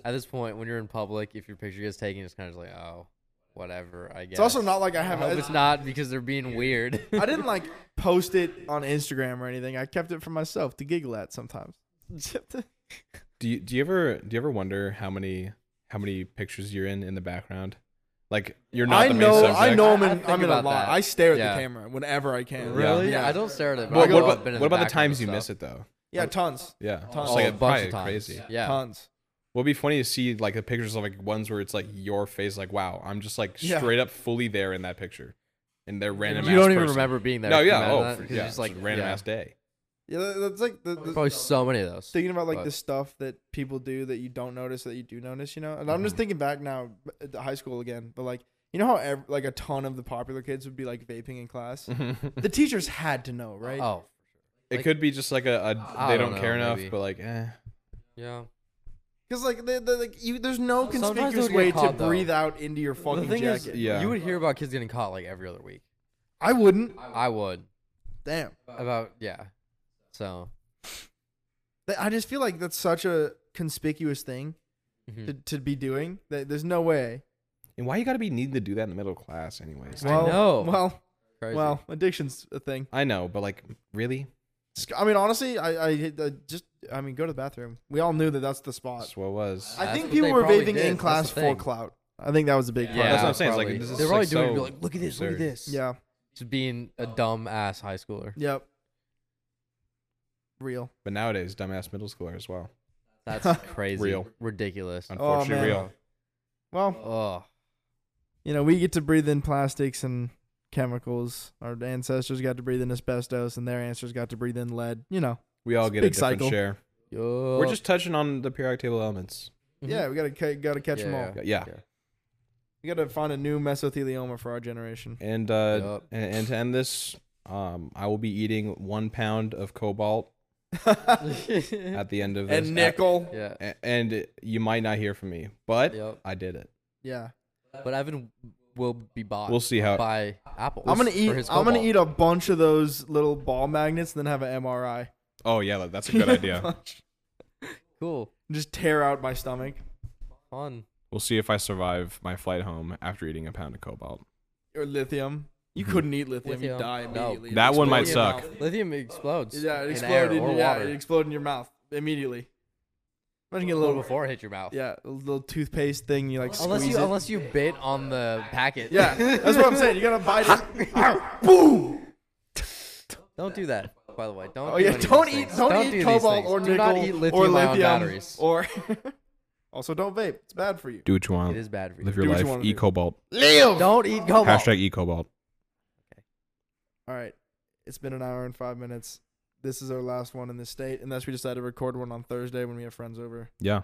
S2: at this point when you're in public, if your picture gets taken, it's kind of just like oh, whatever. I guess.
S3: It's also not like I
S2: I
S3: have.
S2: hope it's not because they're being weird.
S3: I didn't like post it on Instagram or anything. I kept it for myself to giggle at sometimes.
S1: Do you do you ever do you ever wonder how many how many pictures you're in in the background? Like you're not
S3: I
S1: the
S3: know,
S1: main
S3: I
S1: subject.
S3: know, I'm
S2: I- I
S3: in,
S2: think
S3: I'm in a
S2: about
S3: lot.
S2: that.
S3: I stare at
S2: Yeah.
S3: the camera whenever I can.
S1: Really?
S3: Yeah,
S2: Yeah, I don't stare at it. But
S1: But
S2: I go
S1: what
S2: up
S1: about,
S2: and in
S1: what about the
S2: background
S1: times you
S2: and
S1: miss
S2: stuff.
S1: it though?
S3: yeah, tons,
S1: Yeah,
S2: Oh,
S3: tons,
S1: It's like
S2: a bunch of
S1: probably
S2: times.
S1: crazy.
S2: Yeah.
S3: tons.
S1: What'd be funny to see like the pictures of like ones where it's like your face, like wow, I'm just like
S3: Yeah.
S1: straight up fully there in that picture, and they're random.
S2: You
S1: ass
S2: don't even
S1: person.
S2: remember being there.
S1: No,
S2: if you
S1: yeah,
S2: imagine
S1: oh,
S2: that,
S1: for-
S2: 'cause
S1: yeah,
S2: it's just like
S1: random
S2: yeah.
S1: ass day.
S3: Yeah, that- that's like the, the
S2: Probably so many of those.
S3: thinking about like
S2: but-
S3: the stuff that people do that you don't notice that you do notice. You know, and
S2: Mm-hmm.
S3: I'm just thinking back now at the high school again. But like, you know how ev- like a ton of the popular kids would be like vaping in class. the teachers had to know, right?
S2: Mm-hmm. Oh,
S1: It
S2: Like-
S1: could be just like a, a
S2: I
S1: they don't
S2: don't
S1: care
S2: know,
S1: enough,
S2: maybe.
S1: but like, eh.
S2: yeah.
S3: Because like, the, the, like you, there's no
S2: Sometimes they'll
S3: conspicuous
S2: get
S3: way
S2: caught,
S3: to
S2: though.
S3: breathe out into your fucking
S2: the thing
S3: jacket.
S2: is,
S1: Yeah.
S2: you would hear about kids getting caught like every other week.
S3: I wouldn't.
S2: I would
S3: Damn.
S2: about yeah. So
S3: Th- I just feel like that's such a conspicuous thing
S2: mhm.
S3: to, to be doing. That there's no way.
S1: And why you gotta be needing to do that in the middle of class, anyways?
S2: Well- know.
S3: Well,
S2: crazy.
S3: well, addiction's a thing.
S1: I know, but like, really,
S3: Sc- I mean, honestly, I, I, I just, I mean, go to the bathroom. We all knew that that's the spot.
S1: that's what it was.
S3: Uh, I
S2: That's
S3: think
S2: what
S3: people
S2: they
S3: were
S2: probably
S3: vaping
S2: did.
S3: in
S2: That's
S3: class
S2: the
S3: for
S2: thing.
S3: clout. I think that was a big
S2: yeah,
S3: part.
S1: that's what I'm saying, it's like,
S2: probably.
S1: this is,
S2: they're
S1: like,
S2: probably doing. it to
S1: so
S2: be like, look at this, look at
S1: absurd.
S2: this.
S3: Yeah.
S2: just being a dumb ass high schooler.
S3: Yep. Real.
S1: But nowadays, dumbass middle schooler as well.
S2: That's crazy,
S1: Real.
S2: ridiculous.
S1: Unfortunately,
S3: Oh, man.
S1: real.
S3: Well,
S2: Oh,
S3: you know, we get to breathe in plastics and chemicals. Our ancestors got to breathe in asbestos, and their ancestors got to breathe in lead. You know,
S1: We all get a
S3: Big
S1: different
S3: cycle.
S1: share.
S2: Yo.
S1: We're just touching on the periodic table elements.
S2: Mm-hmm.
S3: Yeah, we gotta ca- gotta catch them all.
S1: Yeah, yeah.
S3: We gotta find a new mesothelioma for our generation.
S1: And uh
S2: Yup.
S1: and, and to end this, um I will be eating one pound of cobalt
S2: yeah.
S1: at the end of this.
S3: And nickel.
S2: yeah.
S1: A- and you might not hear from me, but
S2: Yep.
S1: I did it.
S3: Yeah.
S2: But Evan will be bought
S1: We'll see how.
S2: by Apple.
S3: I'm gonna
S2: for
S3: eat.
S2: his
S3: I'm gonna
S2: cobalt.
S3: eat a bunch of those little ball magnets, and then have an MRI.
S1: Oh yeah, that- that's a good idea.
S2: Cool.
S3: Just tear out my stomach.
S2: Fun.
S1: We'll see if I survive my flight home after eating a pound of cobalt.
S3: Or lithium. You
S1: Mhm.
S3: couldn't eat lithium.
S2: Hmm. Lithium.
S3: You'd die
S2: No.
S3: immediately. It
S1: That one might
S3: explodes in your
S1: suck.
S3: mouth.
S2: Lithium explodes.
S3: Yeah, it
S2: in air
S3: exploded.
S2: or
S3: yeah,
S2: water.
S3: it exploded in your mouth immediately. Imagine getting a
S2: Little
S3: little.
S2: before it hit your mouth.
S3: Yeah, a little toothpaste thing. You like
S2: Unless
S3: squeeze
S2: you
S3: it.
S2: unless you bit on the packet.
S3: yeah, that's what I'm saying. You gotta bite it. Boom.
S2: Don't do that. By the way, don't.
S3: Oh
S2: do
S3: yeah,
S2: any of
S3: don't
S2: these
S3: eat,
S2: things.
S3: don't,
S2: do
S3: eat
S2: these
S3: cobalt
S2: things.
S3: or
S2: Do
S3: nickel
S2: not eat lithium
S3: or
S2: ion
S3: lithium
S2: batteries.
S3: or. also, don't vape. It's bad for you.
S1: Do what you want.
S2: it is bad for you.
S1: Live your
S3: Do what you
S1: life.
S3: wanna
S1: Eat
S3: do.
S1: cobalt.
S2: Don't eat cobalt.
S1: Hashtag eat cobalt.
S3: All right, it's been an hour and five minutes. This is our last one in this state, unless we decide to record one on Thursday when we have friends over.
S1: Yeah.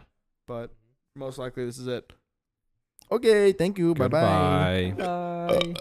S3: But
S2: Mm-hmm.
S3: most likely, this is it. Okay, thank you. Bye bye.
S1: Goodbye.
S2: Bye.